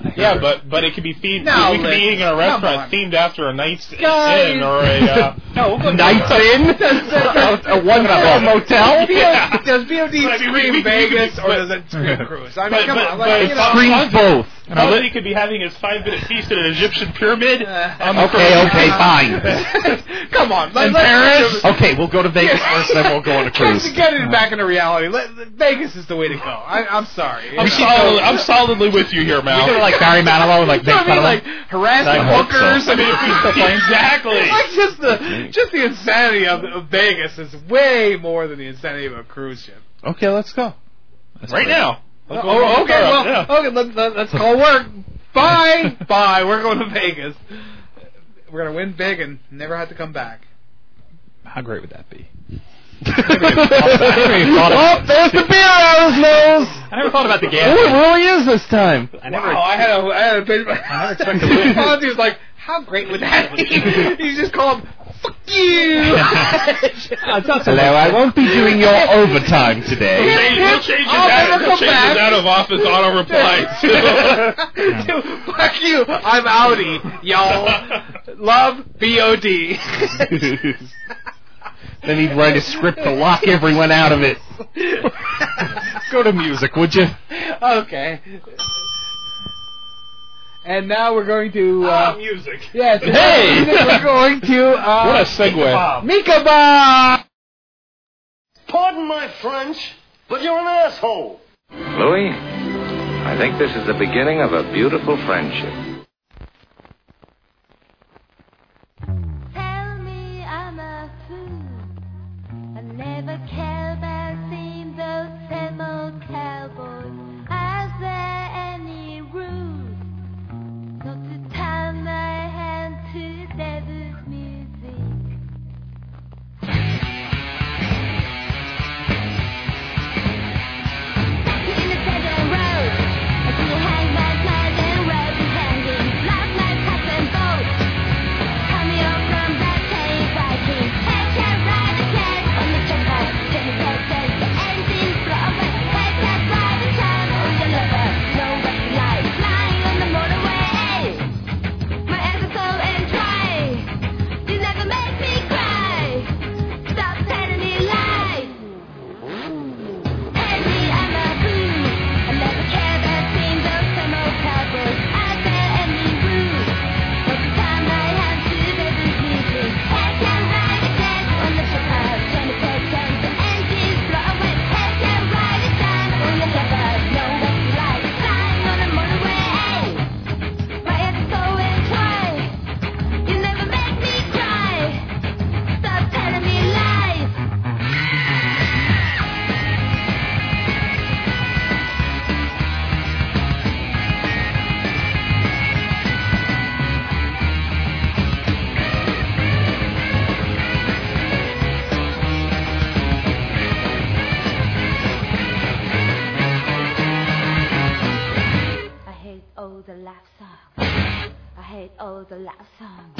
S5: I
S10: Yeah,
S5: heard.
S10: but but it could be themed.
S8: No,
S10: we could be
S8: Lynn,
S10: eating in a
S8: come
S10: restaurant
S8: on.
S10: themed after a night's
S8: Guys.
S10: in or a. Uh,
S5: no, we'll go
S9: Nights in a, a one-star motel.
S8: BOD
S10: Yeah.
S8: Does BOD
S10: But I mean, we-
S8: scream
S10: we- we-
S8: Vegas or
S10: but-
S8: does it scream cruise? I mean,
S10: but-
S8: come
S10: but-
S8: on.
S10: but
S8: Like, you
S10: it's-
S8: know,
S9: Screams both.
S10: Somebody could be having his five minute feast at an Egyptian pyramid.
S8: Uh,
S10: on the
S9: Okay,
S10: cruise.
S9: okay, fine.
S8: come on. Let,
S9: In
S8: let's-
S9: Paris? Okay, we'll go to Vegas
S8: Yeah.
S9: first, then we'll go on a cruise. Uh-huh.
S8: Get, get it back into reality. Let, Vegas is the way to go. I, I'm sorry.
S10: I'm, solid, I'm solidly with you here,
S5: You go to
S10: Mal.
S5: like Barry Manilow, like
S8: You know
S5: Nick
S8: what I mean?
S5: Fennell.
S8: Like harass
S5: I
S8: the
S5: hope so.
S8: hookers. I mean,
S10: exactly.
S8: like just the just the insanity of, of Vegas is way more than the insanity of a cruise ship.
S9: Okay, let's go.
S5: That's
S10: Right
S5: great.
S10: now.
S8: Oh, okay, well, okay. Let, let, let's call work. Bye, bye. We're going to Vegas. We're gonna win big and never have to come back.
S5: How great would that be?
S9: oh, there's the beer hours, Knowles.
S5: I never thought about the
S9: Oh, it
S5: gas.
S9: really is this time.
S5: I never.
S8: wow, I had a I had a bit. I
S5: never expected to win.
S8: was like, how great would that be? you just call him, fuck you.
S5: Uh, it's not so
S9: Hello,
S5: much-
S9: I won't be doing your overtime
S10: We'll
S9: today.
S10: change, we'll change his
S8: I'll
S10: out,
S8: never
S10: we'll
S8: come
S10: change his
S8: back.
S10: out of office auto reply.
S8: Dude, fuck you. I'm outie, y'all. Love B.O.D.
S9: Then he'd write a script to lock everyone out of it. Go to music, would you?
S8: okay. And now we're going to. Uh,
S10: Ah, music.
S8: yes.
S10: Hey!
S8: We're going to. Uh,
S10: What a segue.
S8: Mika Bob!
S11: Pardon my French, but you're an asshole.
S13: Louis, I think this is the beginning of a beautiful friendship.
S14: Tell me I'm a fool. I never care about seeing those same old cowboys. Are there any rules? Not to tie my hand to devil's music. Stuck in the center road. I see a hangman's line and rope is hanging. Oh, the love songs.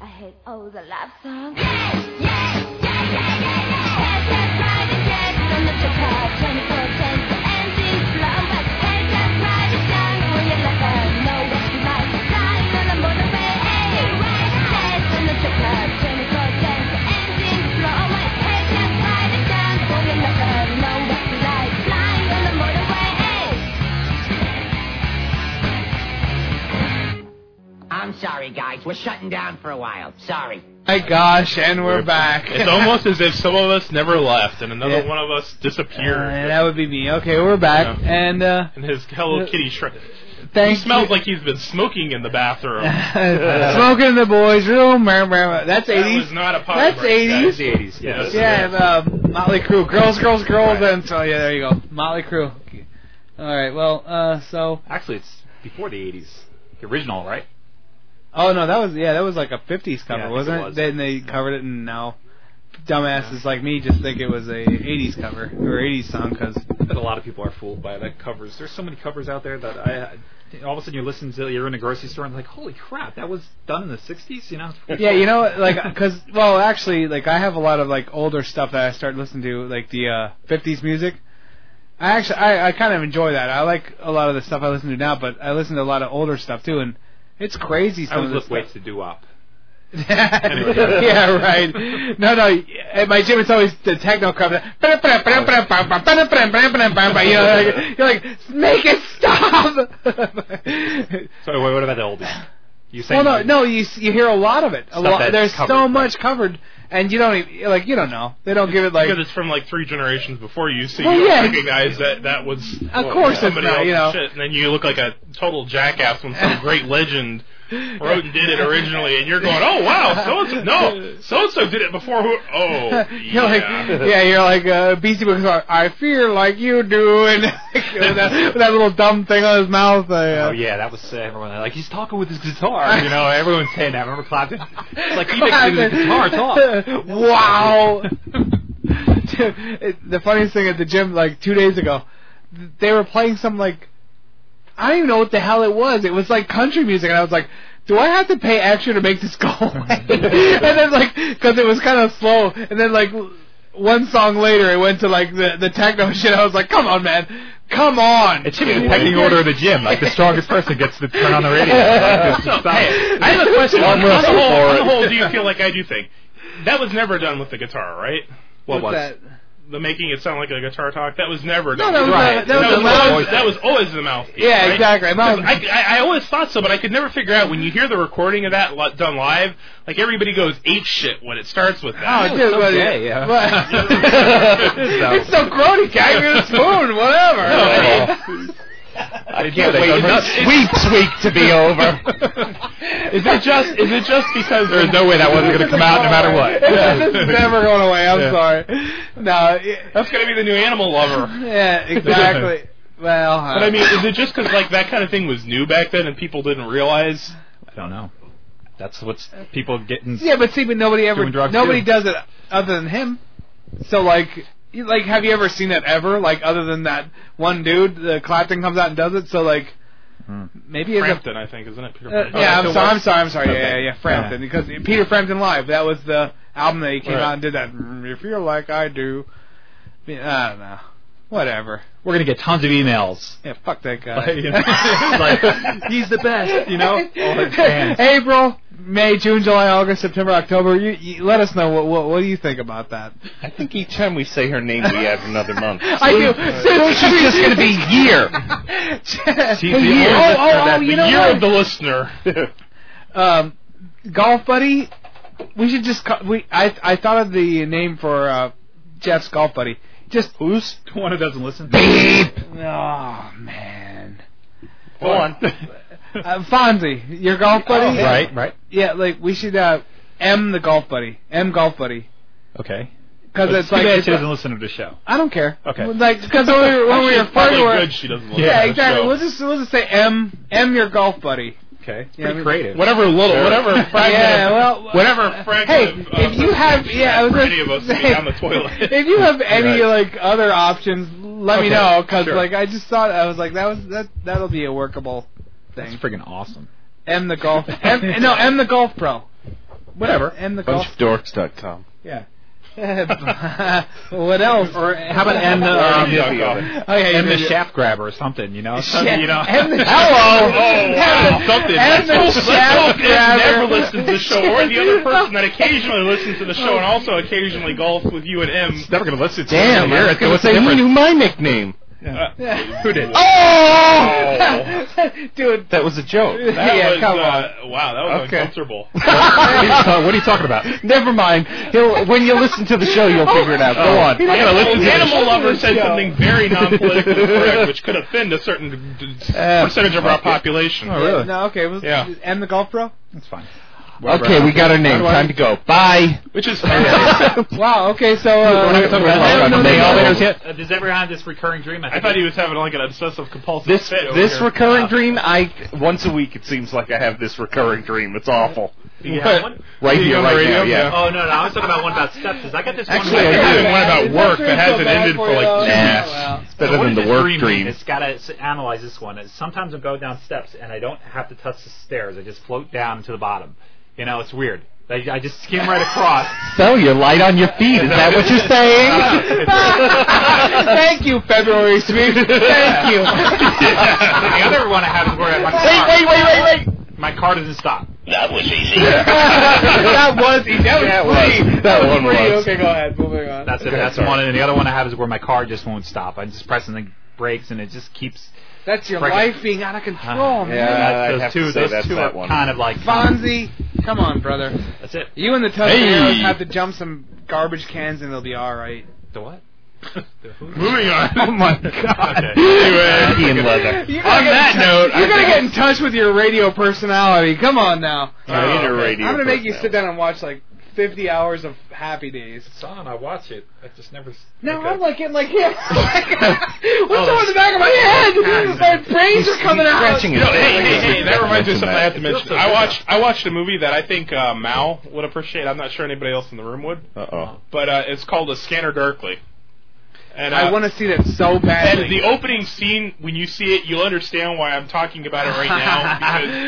S14: I hate all the love songs. I hate all the love songs. Yeah, yeah, yeah, yeah, yeah, yeah. Head left, right, and left. Don't let your car 24 10 engine blow. But head left, right, and down. Will you let her know what you like? Dying on the motorway, hey, right. Head, don't let your car 24 10 engine blow. But head left, right, and down. Will you let her know what you like? Flying on the motorway, hey.
S15: I'm sorry, guys. We're shutting down for a while. Sorry.
S8: My gosh, and we're, back.
S10: It's almost as if some of us never left and another
S8: Yeah.
S10: one of us disappeared.
S8: Uh, that would be me. Okay, we're back.
S10: Yeah.
S8: And uh,
S10: and his Hello Kitty shrug. He
S8: thank
S10: smells
S8: you.
S10: like he's been smoking in the bathroom.
S8: smoking the boys room. rah, rah, rah. That's
S10: That
S8: eighties.
S10: was not a potty
S8: That's
S10: break, guys.
S8: eighties.
S10: That's 80s, yes.
S8: Yeah, uh, Motley Crue. Girls, girls, girls. And so yeah, there you go. Motley Crue. All right. Well, uh, so
S5: actually, it's before the '80s, the original, right?
S8: Oh no, that was yeah, that was like a '50s cover,
S5: Yeah, I think
S8: wasn't
S5: it
S8: it?
S5: was.
S8: Then they covered it, and now dumbasses like me just think it was a '80s cover or '80s song because
S5: But a lot of people are fooled by the covers. There's so many covers out there that I, all of a sudden you listen to you're in a grocery store and like, holy crap, that was done in the '60s, you know?
S8: yeah, you know, like, because well, actually, like, I have a lot of like older stuff that I start listening to, like the uh, '50s music. I actually, I, I kind of enjoy that. I like a lot of the stuff I listen to now, but I listen to a lot of older stuff too, and it's crazy. Some
S5: I would
S8: of the
S5: lift
S8: stuff.
S5: weights to do up.
S8: yeah, right. No, no. At my gym, it's always the techno cover. You know, like, you're like, make it stop.
S5: Sorry, wait, what about the oldies? You say
S8: Well, no, no. You s- you hear a lot of it. A
S5: Stuff
S8: lot.
S5: that's
S8: There's
S5: covered,
S8: so much covered, and you don't even, like you don't know. They don't give it like.
S10: because it's from like three generations before you, so
S8: Well,
S10: you
S8: yeah.
S10: don't recognize that that was
S8: Of course it's
S10: somebody
S8: not,
S10: else's
S8: you know.
S10: shit, and then you look like a total jackass when some great legend wrote and did it originally, and you're going, oh wow, so and so no, so and so did it before who? Oh,
S8: You're like,
S10: yeah.
S8: yeah, you're like uh, Beastie Boys. are, I feel like you do, and with that, with that little dumb thing on his mouth. Uh,
S5: Oh yeah, that was uh, everyone like he's talking with his guitar. You know, everyone's saying that. Remember clapping? It's like he makes it with his guitar talk.
S8: wow. the funniest thing at the gym, like two days ago, they were playing some like I don't even know what the hell it was. It was like country music, and I was like, "Do I have to pay extra to make this go away?" and then like, because it was kind of slow, and then like one song later, it went to like the the techno shit. I was like, "Come on, man, come on!"
S5: It should be the pecking order of the gym. Like the strongest person gets to turn on the radio. Like,
S10: So,
S5: just stop
S10: hey,
S5: it.
S10: I have a question. On
S5: Arm
S10: the
S5: wrestle
S10: whole,
S5: for
S10: on the
S5: it.
S10: whole, do you feel like I do thing? That was never done with the guitar, right?
S5: What What's was? that?
S10: The making it sound like a guitar talk. That was never
S8: No,
S10: done.
S8: that was Right. not- that was the mouth.
S10: always, that was always the mouth.
S8: Yeah,
S10: right?
S8: exactly. A mouth-
S10: 'Cause I, I, I always thought so, but I could never figure out when you hear the recording of that li- done live. Like everybody goes ape shit when it starts with that.
S8: Oh, dude, what- what- it's so grody, guy. Give me a spoon, whatever.
S10: I
S8: can't wait
S10: for
S9: Week's week to be over.
S10: Is it just? Is it just because
S5: There's no way that wasn't going to come out no matter what.
S8: this is never going away. I'm
S5: Yeah.
S8: sorry. No, it-
S10: That's going to be the new animal lover.
S8: yeah, exactly. well, uh,
S10: But I mean, is it just because like that kind of thing was new back then and people didn't realize?
S5: I don't know. That's what's people getting.
S8: yeah, but see, but nobody ever,
S5: Doing drugs,
S8: nobody
S5: too.
S8: does it other than him. So like, you- like, have you ever seen that ever? Like, other than that one dude, the Clapton comes out and does it. So like,
S5: Hmm.
S8: maybe it's a
S10: Frampton, I think, isn't it? Peter
S8: Uh,
S10: Frampton?
S8: yeah, I'm
S10: Oh, that's
S8: sorry,
S10: the
S8: I'm sorry, I'm sorry.
S10: Okay.
S8: Yeah, yeah, yeah, Frampton. Because Peter Frampton Live, that was the album that he came
S10: Right.
S8: out and did that. "Mm, You feel like I do. I mean, I don't know. Whatever.
S5: We're going to get tons of emails.
S8: Yeah, fuck that guy.
S5: like he's the best, you know. All his fans.
S8: April, May, June, July, August, September, October. You, you let us know what, what what do you think about that.
S9: I think each time we say her name, we add another month.
S8: I do.
S10: Uh,
S9: So she's just going to be year.
S8: Oh, oh, oh,
S10: that-
S8: you
S10: the
S8: know
S10: year
S8: what?
S10: of the listener.
S8: um, golf buddy. We should just call, we. I I thought of the name for uh, Jeff's golf buddy. Just
S9: who's
S5: One who doesn't listen.
S8: Oh man.
S9: Go on.
S8: Uh, Fonzie, your golf buddy.
S5: Oh, right, right.
S8: Yeah, like we should uh, M the golf buddy. M golf buddy.
S5: Okay.
S8: Because
S5: But
S8: it's
S5: too
S8: like
S5: bad
S8: it's
S5: she
S8: a-
S5: doesn't listen to the show.
S8: I don't care.
S5: Okay.
S8: Like because when we were, when we
S5: Actually,
S8: were
S5: it's probably
S8: first,
S5: good she doesn't listen
S8: yeah,
S5: to the
S8: exactly.
S5: show.
S8: We'll just we'll just say M M your golf buddy.
S5: Okay.
S8: Yeah, I mean-
S10: Whatever little, whatever fragment.
S5: uh,
S8: yeah,
S10: of-
S8: well,
S10: whatever fragment.
S8: Hey,
S10: of,
S8: if you have, yeah, I was
S10: for
S8: gonna
S10: any of us to
S8: say-
S10: be on the toilet.
S8: if you have any
S10: Right.
S8: like other options, let me
S10: Okay,
S8: know because
S10: sure.
S8: like I just thought I was like that was that that'll be a workable thing.
S5: That's freaking awesome.
S8: M the golf. M, no, M the golf pro. Whatever. M the golf.
S9: Bunchofdorks.com.
S8: Yeah. what else? Or
S5: How about M the
S10: Uh,
S5: um,
S8: Oh, yeah, you
S5: M the
S8: did it.
S5: shaft grabber or something? You know,
S8: Shaft-
S5: something, you
S10: uh,
S5: know.
S8: M the-
S5: Hello.
S8: Oh, wow.
S10: Something.
S8: And the
S10: let's hope, let's
S8: shaft
S10: hope Ed never
S8: grabber.
S10: listens to the show, or the other person that occasionally listens to the show and also occasionally golfs with you and M. He's
S5: never going to listen
S9: Damn, I was gonna say he knew my nickname.
S10: who did?
S9: Oh!
S8: Dude.
S9: That was a joke.
S8: Oh,
S10: That was, uh, Wow, that was
S9: Okay.
S10: uncomfortable.
S9: Uh, what are you talking about? Never mind. He'll, when you listen to the show, you'll figure it out. Go on.
S10: I gotta listen to Animal Lover said something very non-politically correct, which could offend a certain d- d-
S9: Uh,
S10: percentage of our population.
S8: No, okay. Was,
S10: Oh, Yeah.
S8: M the golf pro.
S5: That's fine.
S9: Okay, we got our name. Time to go. Bye.
S10: Which is
S8: wow. Okay, so uh,
S9: We're not talking about
S8: I don't know
S9: Love
S8: the
S9: Island.
S8: elevators
S9: yet?
S5: Uh, does everyone have this recurring dream? I,
S10: I
S5: think
S10: thought he was having like an obsessive compulsive
S9: This
S10: fit. Over
S9: this
S10: here.
S9: recurring dream, I once a week it seems like I have this recurring dream. It's awful.
S5: Do you have one?
S9: Right
S5: Do you
S9: here,
S5: have
S9: right
S5: radio?
S9: now, yeah.
S5: Oh no, no, I was talking about one about steps. 'cause I got this
S9: Actually,
S5: one.
S9: I
S5: about-
S9: do. One about
S5: It's
S9: work that
S5: not so
S9: hasn't
S5: bad
S9: ended for
S5: you,
S9: like two
S5: though.
S9: weeks. It's better
S5: So what
S9: than
S5: does
S9: the
S5: this
S9: work
S5: mean?
S9: dream.
S5: It's got to analyze this one. It's Sometimes I'm going down steps and I don't have to touch the stairs. I just float down to the bottom. You know, it's weird. I, I just skim right across.
S9: So you're light on your feet. Is that what you're saying?
S8: Thank you, February Sweet. Thank you.
S5: the other one I have is where my car,
S8: Wait, wait, wait, wait, wait.
S5: my car doesn't stop.
S1: That was easy.
S8: that was easy. That was free.
S5: was. That one
S8: free.
S5: was.
S8: Okay, go ahead. Moving on.
S5: That's it.
S8: Okay,
S5: That's
S8: sorry.
S5: one. And the other one I have is where my car just won't stop. I just press on the brakes and it just keeps.
S8: That's your
S5: Friggin-
S8: life being out of control, Oh, man.
S5: that's- those two, those two are kind of like
S8: Fonzie. Come on, brother.
S5: That's it.
S8: You and the Tuscaneros
S5: Hey.
S8: have to jump some garbage cans and it'll be all right.
S5: The what?
S10: Moving on.
S8: Oh my
S10: God. Anyway.
S9: Ian Leather.
S8: You're
S10: On
S8: gonna get
S10: that
S8: in touch-
S10: note, I
S8: you're gonna
S10: think-
S8: get in touch with your radio personality. Come on now.
S10: I need a
S8: okay.
S10: radio
S8: I'm gonna make you
S10: personality.
S8: sit down and watch like 50 hours of Happy Days.
S5: It's on. I watch it. I just never.
S8: No, I'm like in like here. What's
S10: Oh,
S8: on the back of my head? My brains are coming out.
S10: No, hey, hey, hey, that reminds me of something I have to
S5: It feels
S10: mention.
S5: so
S10: I
S5: good.
S10: watched I watched a movie that I think uh, Mal would appreciate. I'm not sure anybody else in the room would,
S9: Uh oh.
S10: but uh, it's called A Scanner Darkly. And
S8: I
S10: uh,
S8: want to see that so badly.
S10: and the opening scene when you see it, you'll understand why I'm talking about it right now.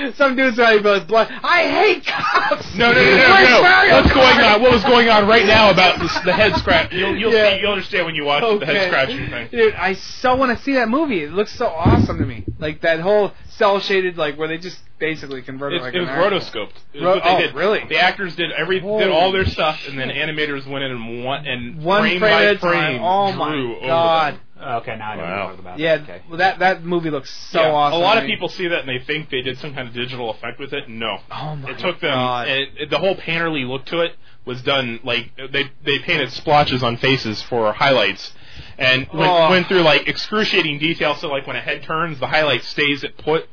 S10: Because
S8: Some dude's already goes blood. I hate cops.
S10: no, no, no, no,
S8: Where's
S10: no.
S8: Mario
S10: What's going
S8: Kart?
S10: on? What was going on right now about this, the head scratch? You'll you'll
S8: Yeah.
S10: see. You'll understand when you watch the head
S8: Okay.
S10: scratching thing.
S8: Dude, I so want to see that movie. It looks so awesome to me. Like that whole cell shaded, like where they just basically converted.
S10: It,
S8: like
S10: it was
S8: an act-
S10: rotoscoped. It was
S8: Ro-
S10: what they
S8: oh,
S10: did.
S8: really?
S10: The actors did every did all their stuff, and then animators went in and one and
S8: One
S10: frame,
S8: frame
S10: by
S8: at a time.
S10: frame.
S8: Oh my
S10: drew over them.
S8: God.
S5: Okay, now I know what you're talking about.
S8: Yeah, well, that that movie looks so
S10: Yeah,
S8: awesome.
S10: A lot
S8: to
S10: of
S8: me.
S10: people see that and they think they did some kind of digital effect with it. No,
S8: Oh my
S10: it took them.
S8: God.
S10: It, it- the whole painterly look to it was done like they they painted splotches on faces for highlights, and went,
S8: Oh.
S10: went through like excruciating detail. So like when a head turns, the highlight stays at put,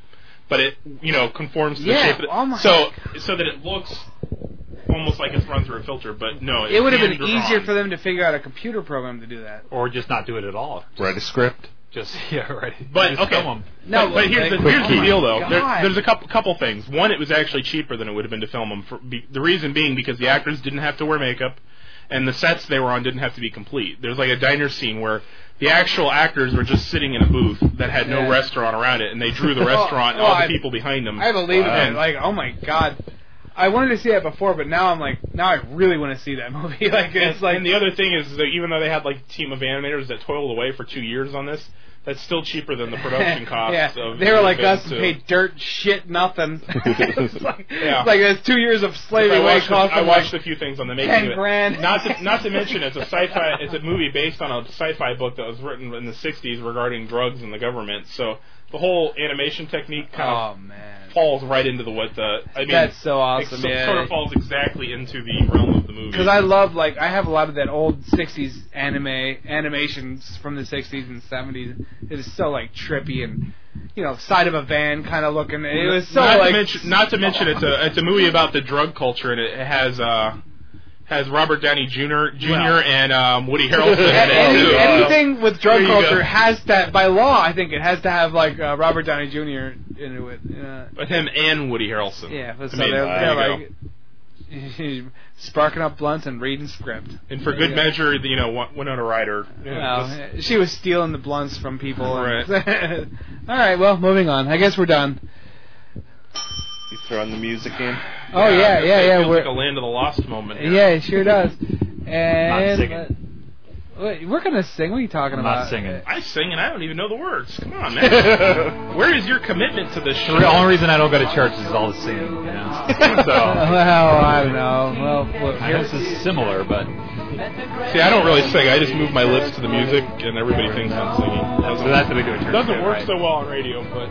S10: but it you know conforms to
S8: Yeah,
S10: the shape. Of it.
S8: oh my
S10: so so that it looks almost like it's run through a filter, but no,
S8: It would have been
S10: hand-drawn.
S8: easier for them to figure out a computer program to do that.
S5: Or just not do it at all.
S9: Write a script.
S5: Just yeah, right.
S10: But
S5: Just
S10: okay,
S5: film 'em.
S8: No,
S10: but, but here's the,
S8: like-
S10: here's
S8: Quick
S10: the deal though.
S8: God.
S10: There, there's a couple couple things. One, it was actually cheaper than it would have been to film them. For, be, the reason being because the actors didn't have to wear makeup, and the sets they were on didn't have to be complete. There's like a diner scene where the actual actors were just sitting in a booth that had no
S8: Yeah.
S10: restaurant around it, and they drew the
S8: Oh,
S10: restaurant and
S8: oh,
S10: all the
S8: I-
S10: people behind them.
S8: I believe
S10: Wow.
S8: in it. Like, oh my god, I wanted to see that before, but now I'm like, now I really want to see that movie. like, it's
S10: and,
S8: like
S10: and the other thing is that even though they had like a team of animators that toiled away for two years on this, that's still cheaper than the production costs.
S8: yeah,
S10: of
S8: they were like
S10: of it,
S8: us and
S10: so-
S8: paid dirt shit nothing. it's like,
S10: Yeah.
S8: it's like that's two years of slavery.
S10: I watched,
S8: cost
S10: a, I
S8: them,
S10: watched
S8: like,
S10: a few things on the making
S8: 10
S10: of it.
S8: grand.
S10: Not to, not to mention it's a sci-fi it's a movie based on a sci-fi book that was written in the 60s regarding drugs and the government. So the whole animation technique kind
S8: Oh
S10: of
S8: man,
S10: falls right into the what the I mean
S8: That's so awesome,
S10: It so-
S8: yeah.
S10: sort of falls exactly into the realm of the movie.
S8: because I love like I have a lot of that old '60s anime animations from the '60s and '70s. It is so like trippy and you know side of a van kind of looking. It was so
S10: not
S8: like
S10: to mention, not to mention it's a it's a movie about the drug culture and it has uh has Robert Downey Jr. Jr. and um, Woody Harrelson. in
S8: Yeah,
S10: it,
S8: any,
S10: too.
S8: anything with
S10: There
S8: drug
S10: you go.
S8: culture has that by law. I think it has to have like uh, Robert Downey Jr. into it. Uh,
S10: But him and Woody Harrelson.
S8: yeah, but
S10: I
S8: so
S10: mean,
S8: they're,
S10: there you go.
S8: they're like sparking up blunts and reading script.
S10: And for
S8: There
S10: good
S8: you go.
S10: measure, the, you know, Win- Winona Ryder. you know, just-
S8: Well, she was stealing the blunts from people. and- All right. Well, moving on. I guess we're done.
S9: throwing the music in.
S8: Oh, yeah, yeah, yeah,
S10: It feels
S8: we're-
S10: like a land of the lost moment. here.
S8: Yeah, it sure does. And
S10: singing.
S8: uh, wait, we're gonna sing. What are you talking
S10: I'm
S8: about?
S10: I sing and I don't even know the words. Come on, man. Where is your commitment to this show?
S5: The only reason I don't go to church is all the singing. You know? so.
S8: well, I don't know. Well, look,
S5: I guess it's similar, but
S10: See, I don't really sing. I just move my lips to the music, and everybody thinks I'm singing. Doesn't,
S5: So that's what we do at church,
S10: Doesn't
S5: yeah,
S10: work
S5: right.
S10: so well on radio, but.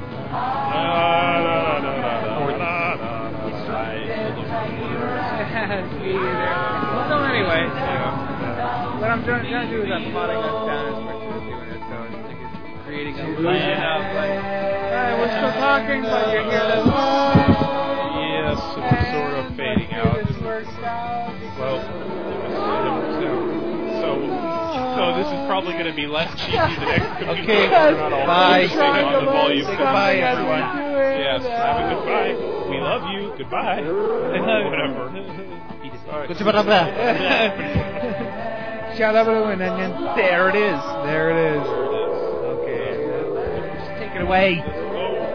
S8: well, anyway, what I'm trying, trying to do is I'm plotting us down as quick as doing it, so it's like it's creating an illusion of like, hey, we're still talking, but you hear this.
S10: Yes, it's sort of fading out. Well, so, so this is probably going to be less cheesy the next computer.
S8: Okay,
S10: Bye.
S8: bye.
S10: On the volume.
S8: Say
S10: Goodbye,
S8: goodbye,
S10: everyone. Yes, have a goodbye. We love you. Goodbye. Whatever.
S8: What's about that? Shout out to and then there it is. There it is. Okay. Just take it away.
S10: Oh.